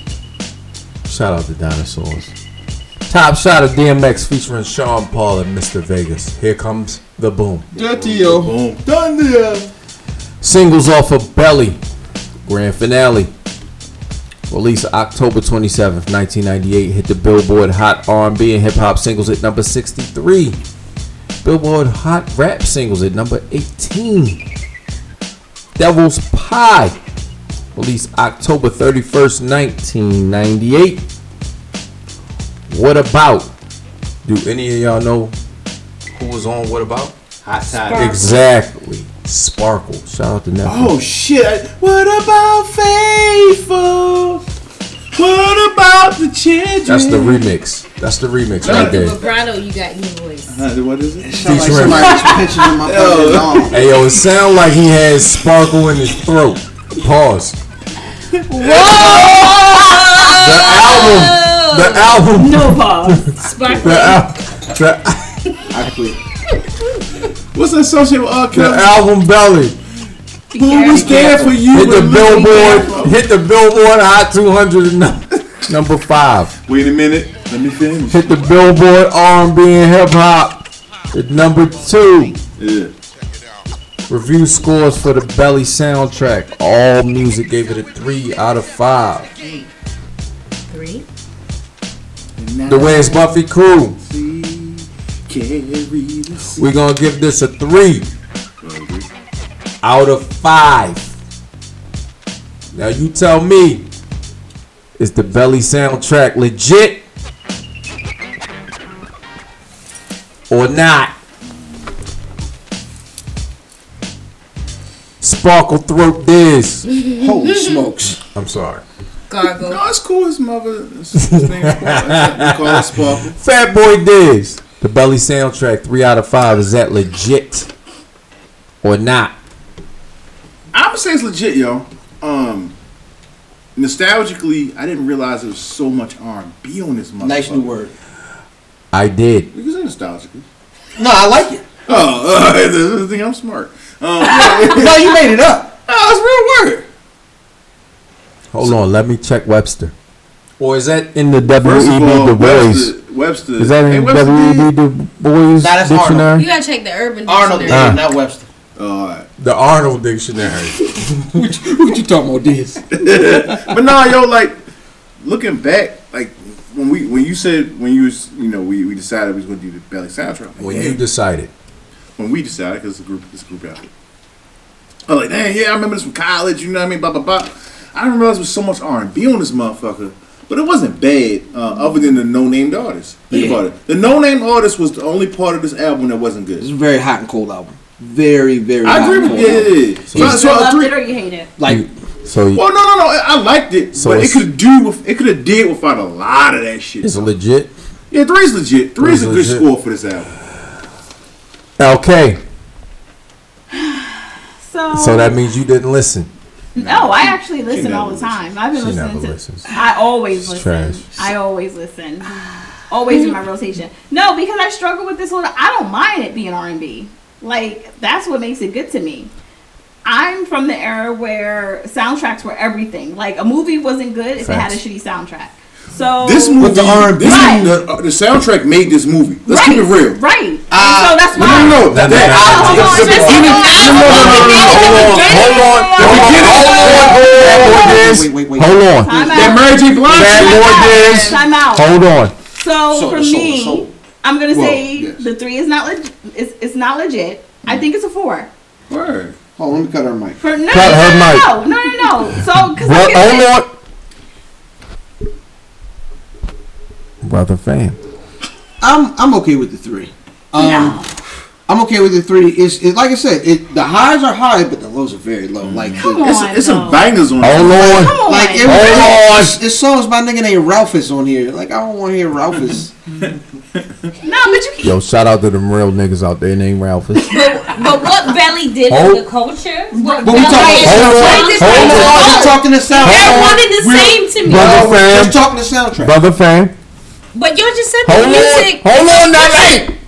Shout out to Dinosaurs. Top shot of DMX featuring Sean Paul and Mr. Vegas. Here comes the boom.
Boom.
Done deal.
Singles off of Belly. Grand finale. Released October 27th, 1998. Hit the Billboard Hot R&B and Hip Hop Singles at number 63. Billboard Hot Rap Singles at number 18. Devil's Pie, released October 31st, 1998. What about? Do any of y'all know who was on What About?
Hot
Sparkle. Exactly. Sparkle. Shout out to Netflix.
Oh shit! What about faithful? What about the children?
That's the remix. That's the remix right there.
Vibrato, you got in your voice.
Uh, what is it?
Sound like somebody's pinching [laughs] in my fucking arm.
Hey yo, it sound like he has sparkle in his throat. Pause. The album. The album.
No pause.
Sparkle.
The, al- the,
I quit.
What's associated with R.
the
Kelly?
album belly.
Be
Who was
careful.
there for you?
Hit the
when you-
billboard. Hit the billboard Hot 200 and num- number five.
Wait a minute. Let me
[laughs]
finish.
Hit the billboard R&B and hip hop. At number two.
Yeah.
Review scores for the Belly soundtrack. All music gave it a three out of five.
Three.
The Where's Buffy crew. We're gonna give this a three out of five. Now you tell me, is the Belly soundtrack legit or not? Sparkle throat this.
Holy smokes.
I'm sorry.
Gargle.
No, it's cool. His mother. His his name's Sparkle. [laughs] We call her Sparkle.
Fat Boy Diz. The Belly soundtrack, three out of five. Is that legit or not?
I would say it's legit, yo. Um, nostalgically, I didn't realize there was so much R and B on this motherfucker.
Nice new word.
I did.
You can say nostalgically.
No, I like it.
Oh, [laughs] uh, this thing I'm smart. Um, no,
No, you made it up.
it's real word.
Hold on, let me check Webster. Or is that in the
First of
W.E.B.
all,
Du Bois?
Webster. Webster
Is that
Hey,
in E
Webster,
W.E.B. Du Bois
that's Arnold.
You
dictionary?
gotta check the urban
Arnold
dictionary.
did,
Ah.
not Webster.
All right.
The Arnold dictionary.
What you talking about, this?
but nah, yo, like looking back, like when we when you said when you was you know we, we decided we was gonna do the belly soundtrack. I'm Like,
When
"Damn."
you decided.
when we decided because the group this group out here. I'm like, damn, yeah, I remember this from college. You know what I mean? Blah blah blah. I didn't realize there was so much R and B on this motherfucker, but it wasn't bad. Uh, other than the no named artist, think about it. The no named artist was the only part of this album that wasn't
This is
good.
a very hot and cold album. Very, very
I
hot
agree
and
with
cold album.
yeah, yeah, yeah. So,
You
so
still
a
loved
three-
it or you hate it?
Like,
So
well, no, no, no. I I liked it,
So
but it
it's-
could do. With, it could have did without a lot of that shit.
it's legit.
Yeah, three's legit. Three's a good
Three's legit.
score for this album.
Okay.
So,
So that means you didn't listen.
no, I actually listen all the
never
time. I've been
She
listening
never
to.
listens.
I always
It's
listen.
trash.
I always listen. Always in my rotation. No, because I struggle with this whole. I don't mind it being R and B. Like that's what makes it good to me. I'm from the era where soundtracks were everything. Like a movie wasn't good if it had a
Facts.
shitty soundtrack. So
This movie,
the R&B.
this,
Right.
the, uh, the soundtrack made this movie. Let's
right,
keep it real.
Right.
Uh,
so that's
No,
why.
no, no.
That-
That,
that-
album,
hold on,
the
just
beginning-
hold on.
No, no, no, no, no, no, no.
Wait, wait, wait.
Hold on.
Time
That
out.
Mary J. Blige
That
shit.
Lord Diz.
Time out.
Hold on.
So
Sold,
for
sold,
me,
sold.
I'm gonna
Well,
say
yes.
the three is not legit. It's, it's not legit. I think it's a four.
Word.
Hold on, let me cut her mic.
For no,
Cut her mic.
no, no, no, no, no. So because
Well,
I'm
hold on. Brother fan.
I'm I'm okay with the three. Um,
No.
I'm okay with the three. It's it, like I said, it the highs are high, but the lows are very low. Like
Come
the-
It's,
on,
it's some
though.
bangers on
Hold
it.
on.
Come on.
like it,
Hold on.
Oh, it's, it's songs by nigga named Ralphus on here. Like I don't want to hear [laughs] Ralphus.
no, but you can't.
Yo, shout out to them real niggas out there named Ralphus.
But, but what Belly did
Oh.
for the culture, what
But we
Belly
talking-
hold on,
did
hold
for
on.
the
I'm
culture,
talking the
they're
soundtrack.
one and the same to me.
Brother
Just
fan.
talking the soundtrack.
[laughs] Brother fan.
But you just said
Hold
the
on.
music.
Hold on, Nelly.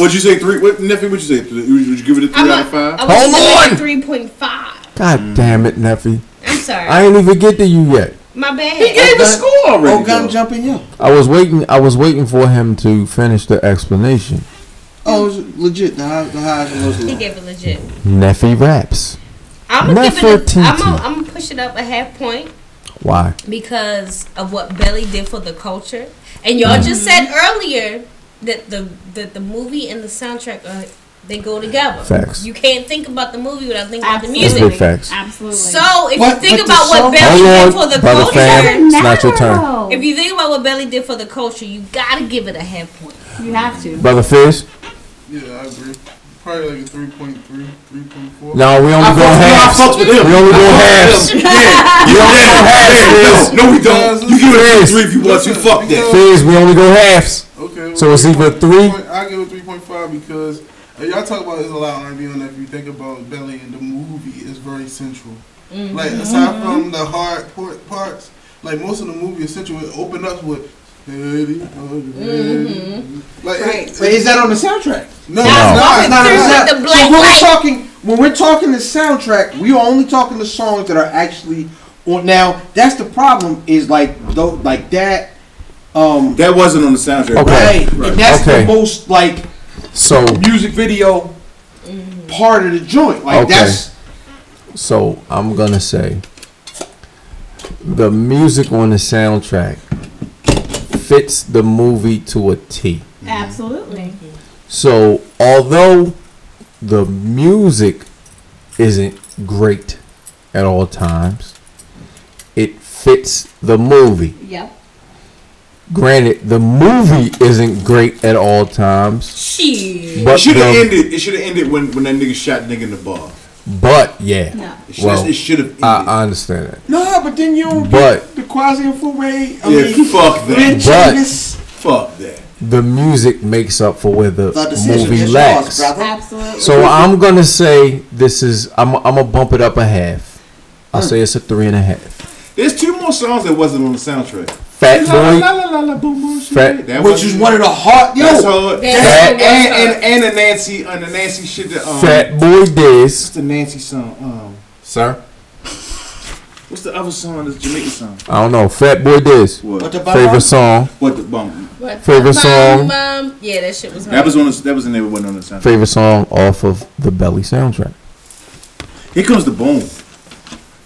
What'd you say? Three? What, nephew, what'd you say? Would you, would you give it a 3
I'm
out of
a,
five?
I
Hold
was
on.
Three point five.
God damn it, Neffy.
I'm sorry.
Mm. I ain't even get to you yet.
My bad.
He gave a score already.
Oh, gun
though.
jumping, yeah.
I was waiting. I was waiting for him to finish the explanation.
Oh, it's legit. The highs, the highs and lows. Are
He
low.
gave it legit.
Neffy raps.
I'm gonna give it. A,
Nefertiti.
I'm gonna, I'm gonna push it up a half point
Why?
because of what Belly did for the culture.
Mm-hmm.
And y'all just said earlier that the that the movie and the soundtrack are They go together.
Facts.
You can't think about the movie without thinking about
That's
the music.
big facts.
Absolutely.
So if you
But-
think
but the
about what
song-
Belly
Hold
did
on,
for the
brother
culture,
fam, it's not your turn.
No.
if you think about what Belly did for the culture, you gotta give it a half point.
You have to.
Brother Fish.
Yeah, I agree. Probably like a 3.3, 3.4.
No, we only go halves. We only go halves. [laughs] We only go halves. Fizz.
No, we don't. You give it a three if you want. You fuck that.
Fizz, we only go halves.
Okay.
So it's either three.
I give it 3.5 because uh, y'all talk about there's a lot of R&B on that. If you think about Belly and the movie, is very central.
Mm-hmm.
Like aside from the hard part, parts, like most of the movie is central. It opened up with.
Mm-hmm.
Like,
Right.
it-
But is that on the soundtrack?
No,
That's
it's not.
it's not on the
Through
sound-
the black
so when
light.
we're talking, when we're talking the soundtrack, we are only talking the songs that are actually on. Now that's the problem. Is like though, like that. Um,
that wasn't on the soundtrack.
Okay.
Right. And that's
Okay.
the most like
So
music video part of the joint. Like
okay.
that's
So I'm gonna say the music on the soundtrack fits the movie to a T.
Absolutely.
So although the music isn't great at all times, it fits the movie.
Yep.
Granted, the movie isn't great at all times,
Shit.
But
it should have
the-
ended. It should have ended when, when that nigga shot nigga in the bar.
but yeah.
No.
It should- it should have
I, I understand that.
no, but then you don't
But-
get the quasi and foray. I
Yeah,
mean,
fuck that.
Rich
But-
Davis.
Fuck that.
The music makes up for where the,
The decision
movie
is yours,
lacks.
brother. [laughs]
Absolutely.
So I'm gonna say this is I'm I'm gonna bump it up a half. I'll say it's a three and a half.
There's two more songs that wasn't on the soundtrack.
Fat
La, la,
boy,
la, la, la, boom, boom, shit.
Fat-
That
which
wasn't-
is one of the hard. Yo,
That's hard.
That's
And,
the
and,
worst
and the Nancy, and the Nancy shit that um,
fat boy
What's
Diz,
the Nancy song? Um,
sir.
what's the other song? This Jamaican song.
I don't know. Fat boy Diz.
What
What?
the
Favorite song.
What the bum?
What?
Favorite song?
Bum, bum. Yeah, that shit was.
That was on. The, that was in there. Wasn't on the soundtrack.
Favorite song off of the Belly soundtrack.
Here comes the boom.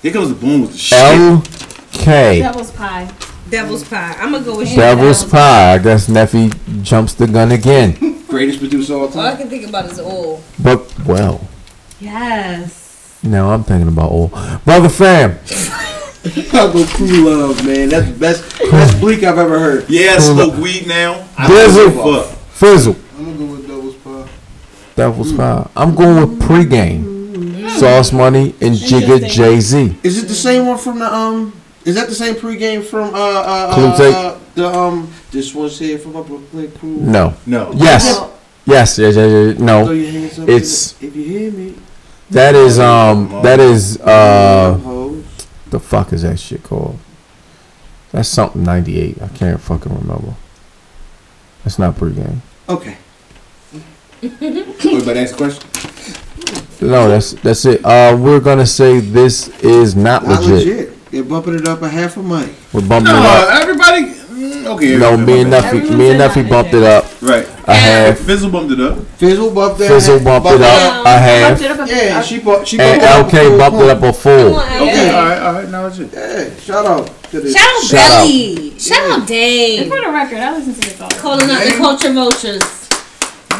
Here comes the boom with the shit.
L K.
Devil's pie.
Devil's pie. I'm gonna go with shit.
Devil's Pie. I guess Neffy jumps the gun again.
greatest producer of all
All I
time.
can think about is oil.
But well,
Yes.
now I'm thinking about old brother fam.
Chicago Crew Love, man. That's the best, best bleak I've ever heard.
Yeah, I smoke weed now. I
There's
don't give
a-
a fuck.
Fizzle.
I'm gonna go with Devil's Pie.
Devil's Pie. I'm going with pregame. Sauce Money and Jigga
Interesting.
Jay Z.
Is it the same one from the um? Is that the same pregame from uh uh,
Clue
uh,
tape?
uh the um? This was here from a Brooklyn crew.
No.
No.
Yes. Yes. Yes. yes, yes,
Throw
No.
your hands up
It's-
if you hear me.
That is um. That is uh.
hoes.
The fuck is that shit called? That's something '98. I can't fucking remember. That's not pregame.
Okay.
Wait, but ask a question.
No, that's that's it. Uh, we're gonna say this is not
Not
legit.
legit. They're bumping it up a half a mic.
We're bumping it
No,
up.
Uh, everybody. mm, Okay.
No,
everybody,
me and
my bad.
Nuffy,
Everyone
me and
said
Nuffy
not
bumped it
legit.
up
Right.
a half.
Fizzle bumped it up.
Fizzle bumped that.
Fizzle
half-
bumped it up a
down.
Bumped
half,
it up a-
Yeah,
a-
she bought. She
and
bought
LK
full
bumped it up
point.
a
Come
full.
on,
Okay.
Ed.
All right. All right. Now it's it.
Yeah, shout out to this.
Shout out
Shout out.
Belly. Shout out Dame.
For the record, I listen to this all the time.
Calling out the culture vultures.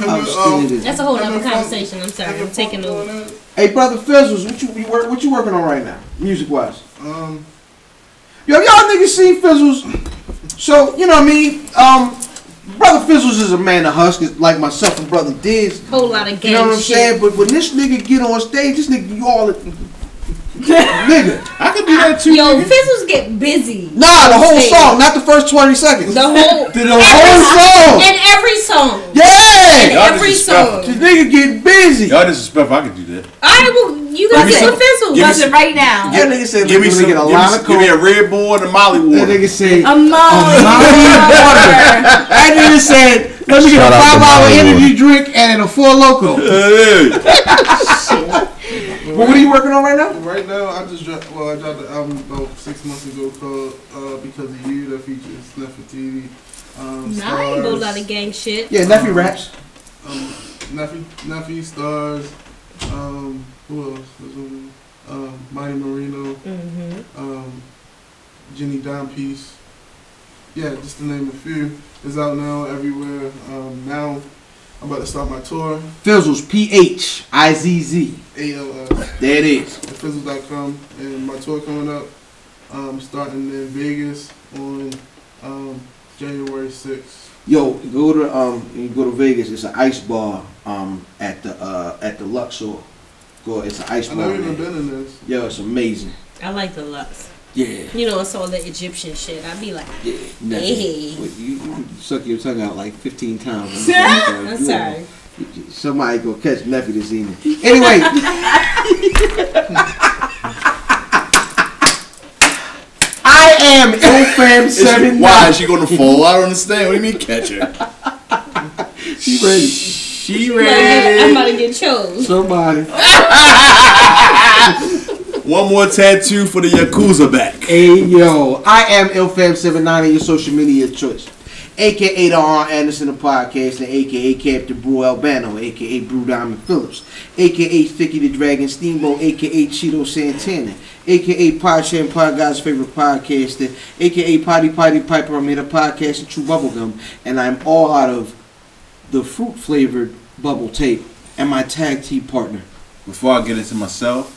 Remember,
Outstanding.
That's a whole other conversation. I'm sorry. I'm taking over.
Hey, brother Fizzles, what you, you work, what you working on right now, music wise?
Um,
Yo, y'all niggas seen Fizzles? So you know what I mean. Um, brother Fizzles is a man of husk, like myself and brother Diz.
Whole lot of gang
You know what I'm
shit.
saying? But when this nigga get on stage, this nigga
[laughs]
you all nigga.
I could do that too.
Yo,
nigga.
Fizzles get busy.
Nah, the whole
Stage.
song, not the first 20 seconds.
The whole.
[laughs] The whole song.
And every song.
Yeah.
And
Y'all
every
disrespectful.
song.
This nigga get busy.
Y'all disrespectful. I could do that.
Alright, well, you gotta
Give
get
me
with Fizzle.
give me
Bust it right now.
That nigga said,
Give me
"Nigga,
some.
get
Give
a
me,
lot
some
of
give me
coke."
a Red Bull and a Molly
That
water.
nigga said,
A mile.
That nigga said, let me get a
Shout out to
five hour
Hollywood.
energy drink and a four loco.
Hey.
But what are you working on right now?
right now I just dropped. Well, I dropped the album about six months ago called uh, "Because of You" that features Nefertiti. Um,
Nah, I ain't
Stars,
go lot of gang shit.
Yeah, Nephew raps.
Um, Neffy, Neffy, Stars. Um, who else? There's one, Um, Mighty Marino.
Mm-hmm.
um, Jenny Dime piece. Yeah, just to name a few, is out now everywhere. Um, now I'm about to start my tour.
Fizzles, P H I Z Z.
ALS.
There it is.
Fizzles.com and my tour coming up. Um, starting in Vegas on um, January 6th.
Yo, go to um, you go to Vegas. It's an ice bar um at the uh at the Luxor. Go, it's an ice
I
bar.
never even
there.
been in this.
Yo, it's amazing.
I like the Lux.
Yeah.
You know, it's all the Egyptian shit. I'd be like,
Yeah, nothing.
hey.
Wait, you, you suck your tongue out like
[laughs]
15 times.
I'm sorry.
Somebody go catch Neffy this evening.
[laughs]
Anyway. I am
It's-
OFAM7.
Why is she gonna fall? I don't understand. What do you mean catch her?
She ready.
She
Like,
ready.
I'm about to get chose.
Somebody.
One more tattoo for the Yakuza back.
Hey yo, I am IlFam790, your social media choice. AKA the R. Anderson the podcast, and AKA Captain Brew Albano, AKA Brew Diamond Phillips, AKA Sticky the Dragon Steamboat, AKA Cheeto Santana, AKA Pod Sham Pod God's favorite podcaster, AKA Potty Potty Piper. I'm here to podcast and chew bubblegum, and I'm all out of the fruit flavored bubble tape and my tag team partner.
Before I get into myself,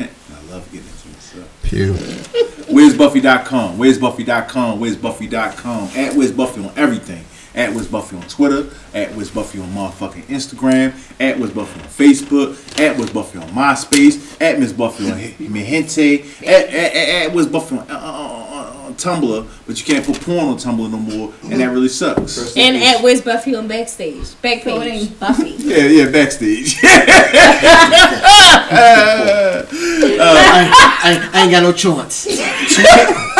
[laughs] I love getting into myself.
Pew.
Where's Buffy.com? Where's Buffy.com? Where's Buffy.com? At Where's Buffy on everything. At Where's Buffy on Twitter. At Where's Buffy on motherfucking Instagram. At Where's Buffy on Facebook. At Where's Buffy on MySpace. At Miss Buffy on Mihente. At, at, at, at Where's Buffy on, uh, uh, uh, on Tumblr. But you can't put porn on Tumblr no more, and that really sucks.
And at Where's Buffy on Backstage.
So it
Backpage.
ain't Buffy.
Yeah, yeah, backstage.
I, I, I ain't got no chance.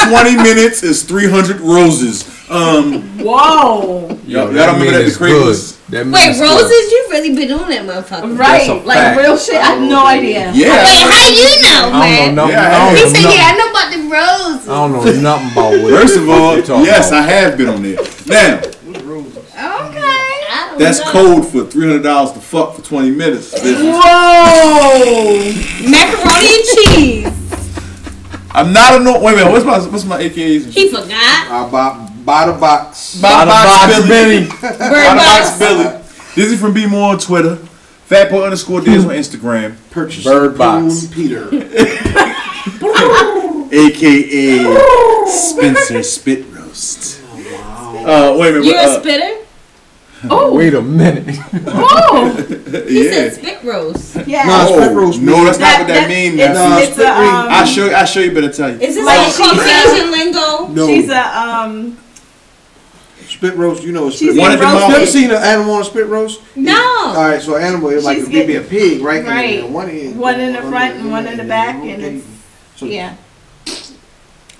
20 minutes is 300 roses. Um,
Whoa.
Yo,
y'all
that
don't remember
mean
that the
it's
Cravens?
good. That mean
Wait,
it's
Roses,
good.
you've really been on that motherfucker.
That's a
Right. Like
fact.
real shit. I have no idea.
Yeah.
Wait, how you know,
I
man?
don't know nothing.
Yeah,
I
I
don't
He
know
said,
nothing.
yeah, I know about them roses.
I don't know nothing about what.
First of all,
you're talking
yes, I
about.
have been on there. Now,
Okay. I don't
that's
know.
code for $300 to fuck for 20 minutes. Business.
Macaroni and cheese.
I'm not a no. Wait a minute. What's my what's my AKAs?
He forgot.
I bought, bought a box.
Bada Box Billy.
Bird
Bada Box
Box.
Billy. This is from B More on Twitter. Fatboy underscore Diz on Instagram.
Purchased
Bird box.
Boom Peter.
AKA Spencer Spit Roast. Uh, wait a minute.
You
but,
a
uh,
spitter?
Wait a minute.
He
yeah.
said spit roast.
Yeah.
No, it's pepper
Oh,
roast.
no, that's not
That-
what that means.
It's,
Nah,
Nah,
it's
split
a,
ring.
um,
I show I show you better tell you.
Is this
Like
like
she said-
Caucasian lingo?
No.
She's a um.
Spit roast, you know it's
She's
spit
getting
One
roast.
of the
roasted.
You ever seen an animal on a spit roast?
No.
All right, so an animal is like
She's
it could be a
getting-
pig, right?
right.
And then one end,
One in the front and one in the back, and it's-
So
Yeah.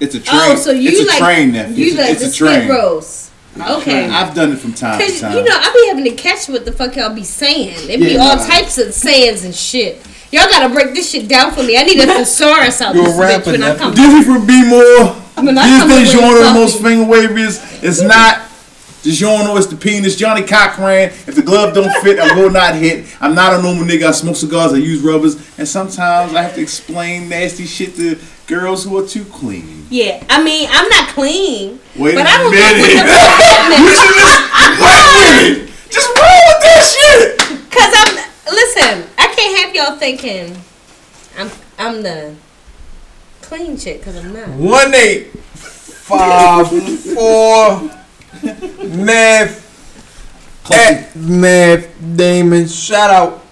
It's a train.
Oh, so you
it's a
like
train now.
you
it's a,
like
it's
the
a train.
spit roast? Okay.
I've done it from time to
Cause
time.
you know I be having to catch what the fuck y'all be saying. It be
Yeah,
all
nah.
types of sayings and shit. Y'all gotta break this shit down for me. I need a thesaurus out
You're
this bitch
rapping
when I
that.
come.
Disney from B More.
When I
These
come
days,
up with
genre the
something-
most finger waviest. It's not the genre, it's the penis. Johnny Cochran. If the glove don't fit, I will not hit. I'm not a normal nigga. I smoke cigars, I use rubbers, and sometimes I have to explain nasty shit to girls who are too clean.
Yeah, I mean I'm not clean,
Wait
but
a
I don't know what the
minute. [laughs]
fuck happening.
Wait a minute! Just roll with that shit!
Cause I'm listen. I can't have y'all thinking I'm I'm the clean chick. Cause I'm not.
One eight five four math at math Damon. Shout out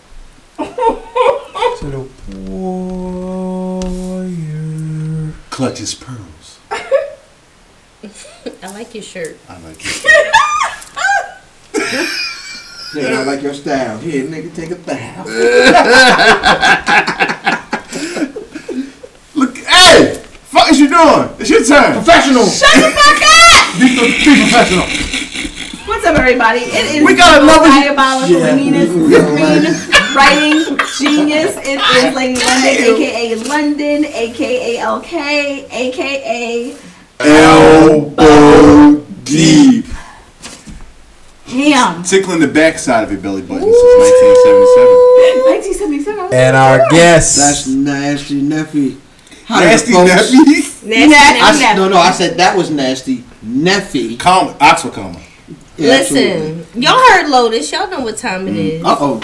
to the warrior.
Clutch his pearls.
I like your shirt.
I like it.
Nigga, I like your style. Here, nigga, take a bow.
Look, hey! Fuck is you doing? It's your turn.
Professional.
What's up, everybody? It is
We got another-
the diabolical
[laughs]
meanest green writing genius. It is Lady London, aka London, aka LK, aka
L O D.
Damn.
Tickling the backside of your belly button since 1977.
1977. I was
And our
That's
guest.
nasty, nephew. How did
Nasty
folks-
nephew.
Nasty,
I
nasty,
s- no, no, I said that was nasty, nephew.
Comma, Oxford comma.
Yeah,
Listen, y'all heard Lotus. Y'all know what time it is.
Uh oh.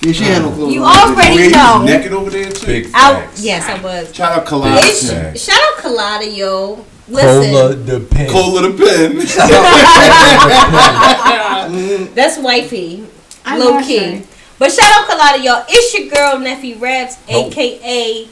Yeah, she had no clothes.
You
on.
already
Yeah, you
know.
naked
over there too.
I, yes, I was.
Shout out Kalani.
It's-
Facts.
Shout out Kalada, yo. Listen,
the pen.
Cola the pen.
that's wifey,
I
low
know
key.
her.
But shout out Kalada, y'all. It's your girl Neffy Raps, aka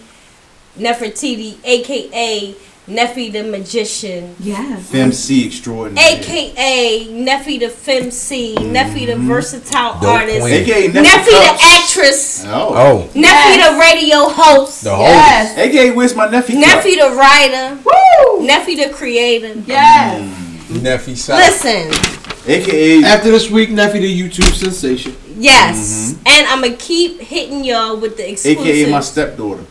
Nefertiti, aka Neffy the Magician.
Yes.
MC extraordinary.
AKA Neffy the Femc, Neffy the versatile
Mm-hmm. Dope
artist,
queen. AKA Neffy
Neffy the
Cups.
actress,
Oh.
Neffy the radio host,
The host. AKA where's my nephew?
Neffy the writer, Woo! Neffy the creator.
Mm.
Yes.
Neffy side.
Listen,
AKA
after this week, nephew the YouTube sensation.
yes,
Mm-hmm.
and I'm gonna keep hitting y'all with the exclusive.
AKA my stepdaughter.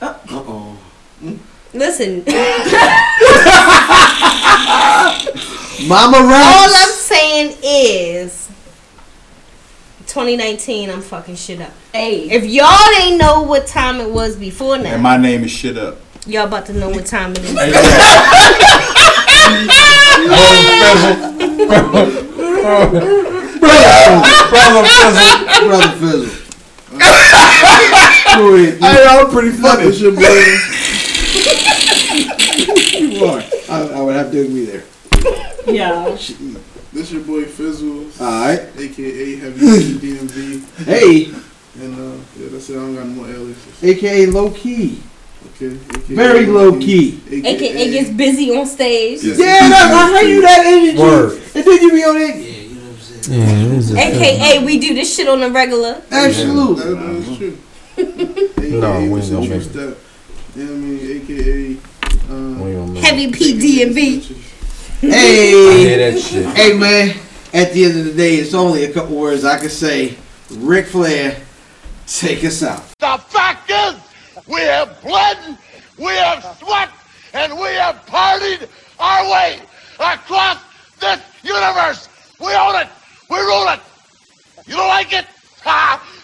Uh oh.
[laughs]
Listen,
Mama
all
Raps.
I'm saying is 2019, I'm fucking shit up. Hey, if y'all ain't know what time it was before now,
And my name is shit up.
y'all about to know what time it is.
[laughs]
Brother Fizzle. Brother Fizzle. Go ahead.
Hey, I'm pretty funny. It's your brother.
You are. I, I would have to agree there.
Yeah.
This your boy Fizzles.
Alright.
AKA Heavy Duty DMV.
Hey.
And uh, yeah, that's it. I don't got no more aliases.
AKA low key.
Okay. AKA
Very low key.
AKA gets busy on stage.
Yeah, that's, I heard you that energy.
Word.
And then you be on it.
AKA we do this shit on the regular.
Absolutely.
That's
[laughs]
true.
No, we ain't gonna
Two
make it.
step. You know what I mean? AKA. Um,
We ain't gonna make it.
Heavy P D and V.
I
Hey.
hear that shit.
Hey man, at the end of the day, it's only a couple words I can say. Ric Flair, take us out.
The fact is, we have bled, we have sweat, and we have partied our way across this universe. We own it. We rule it. You don't like it? Ha!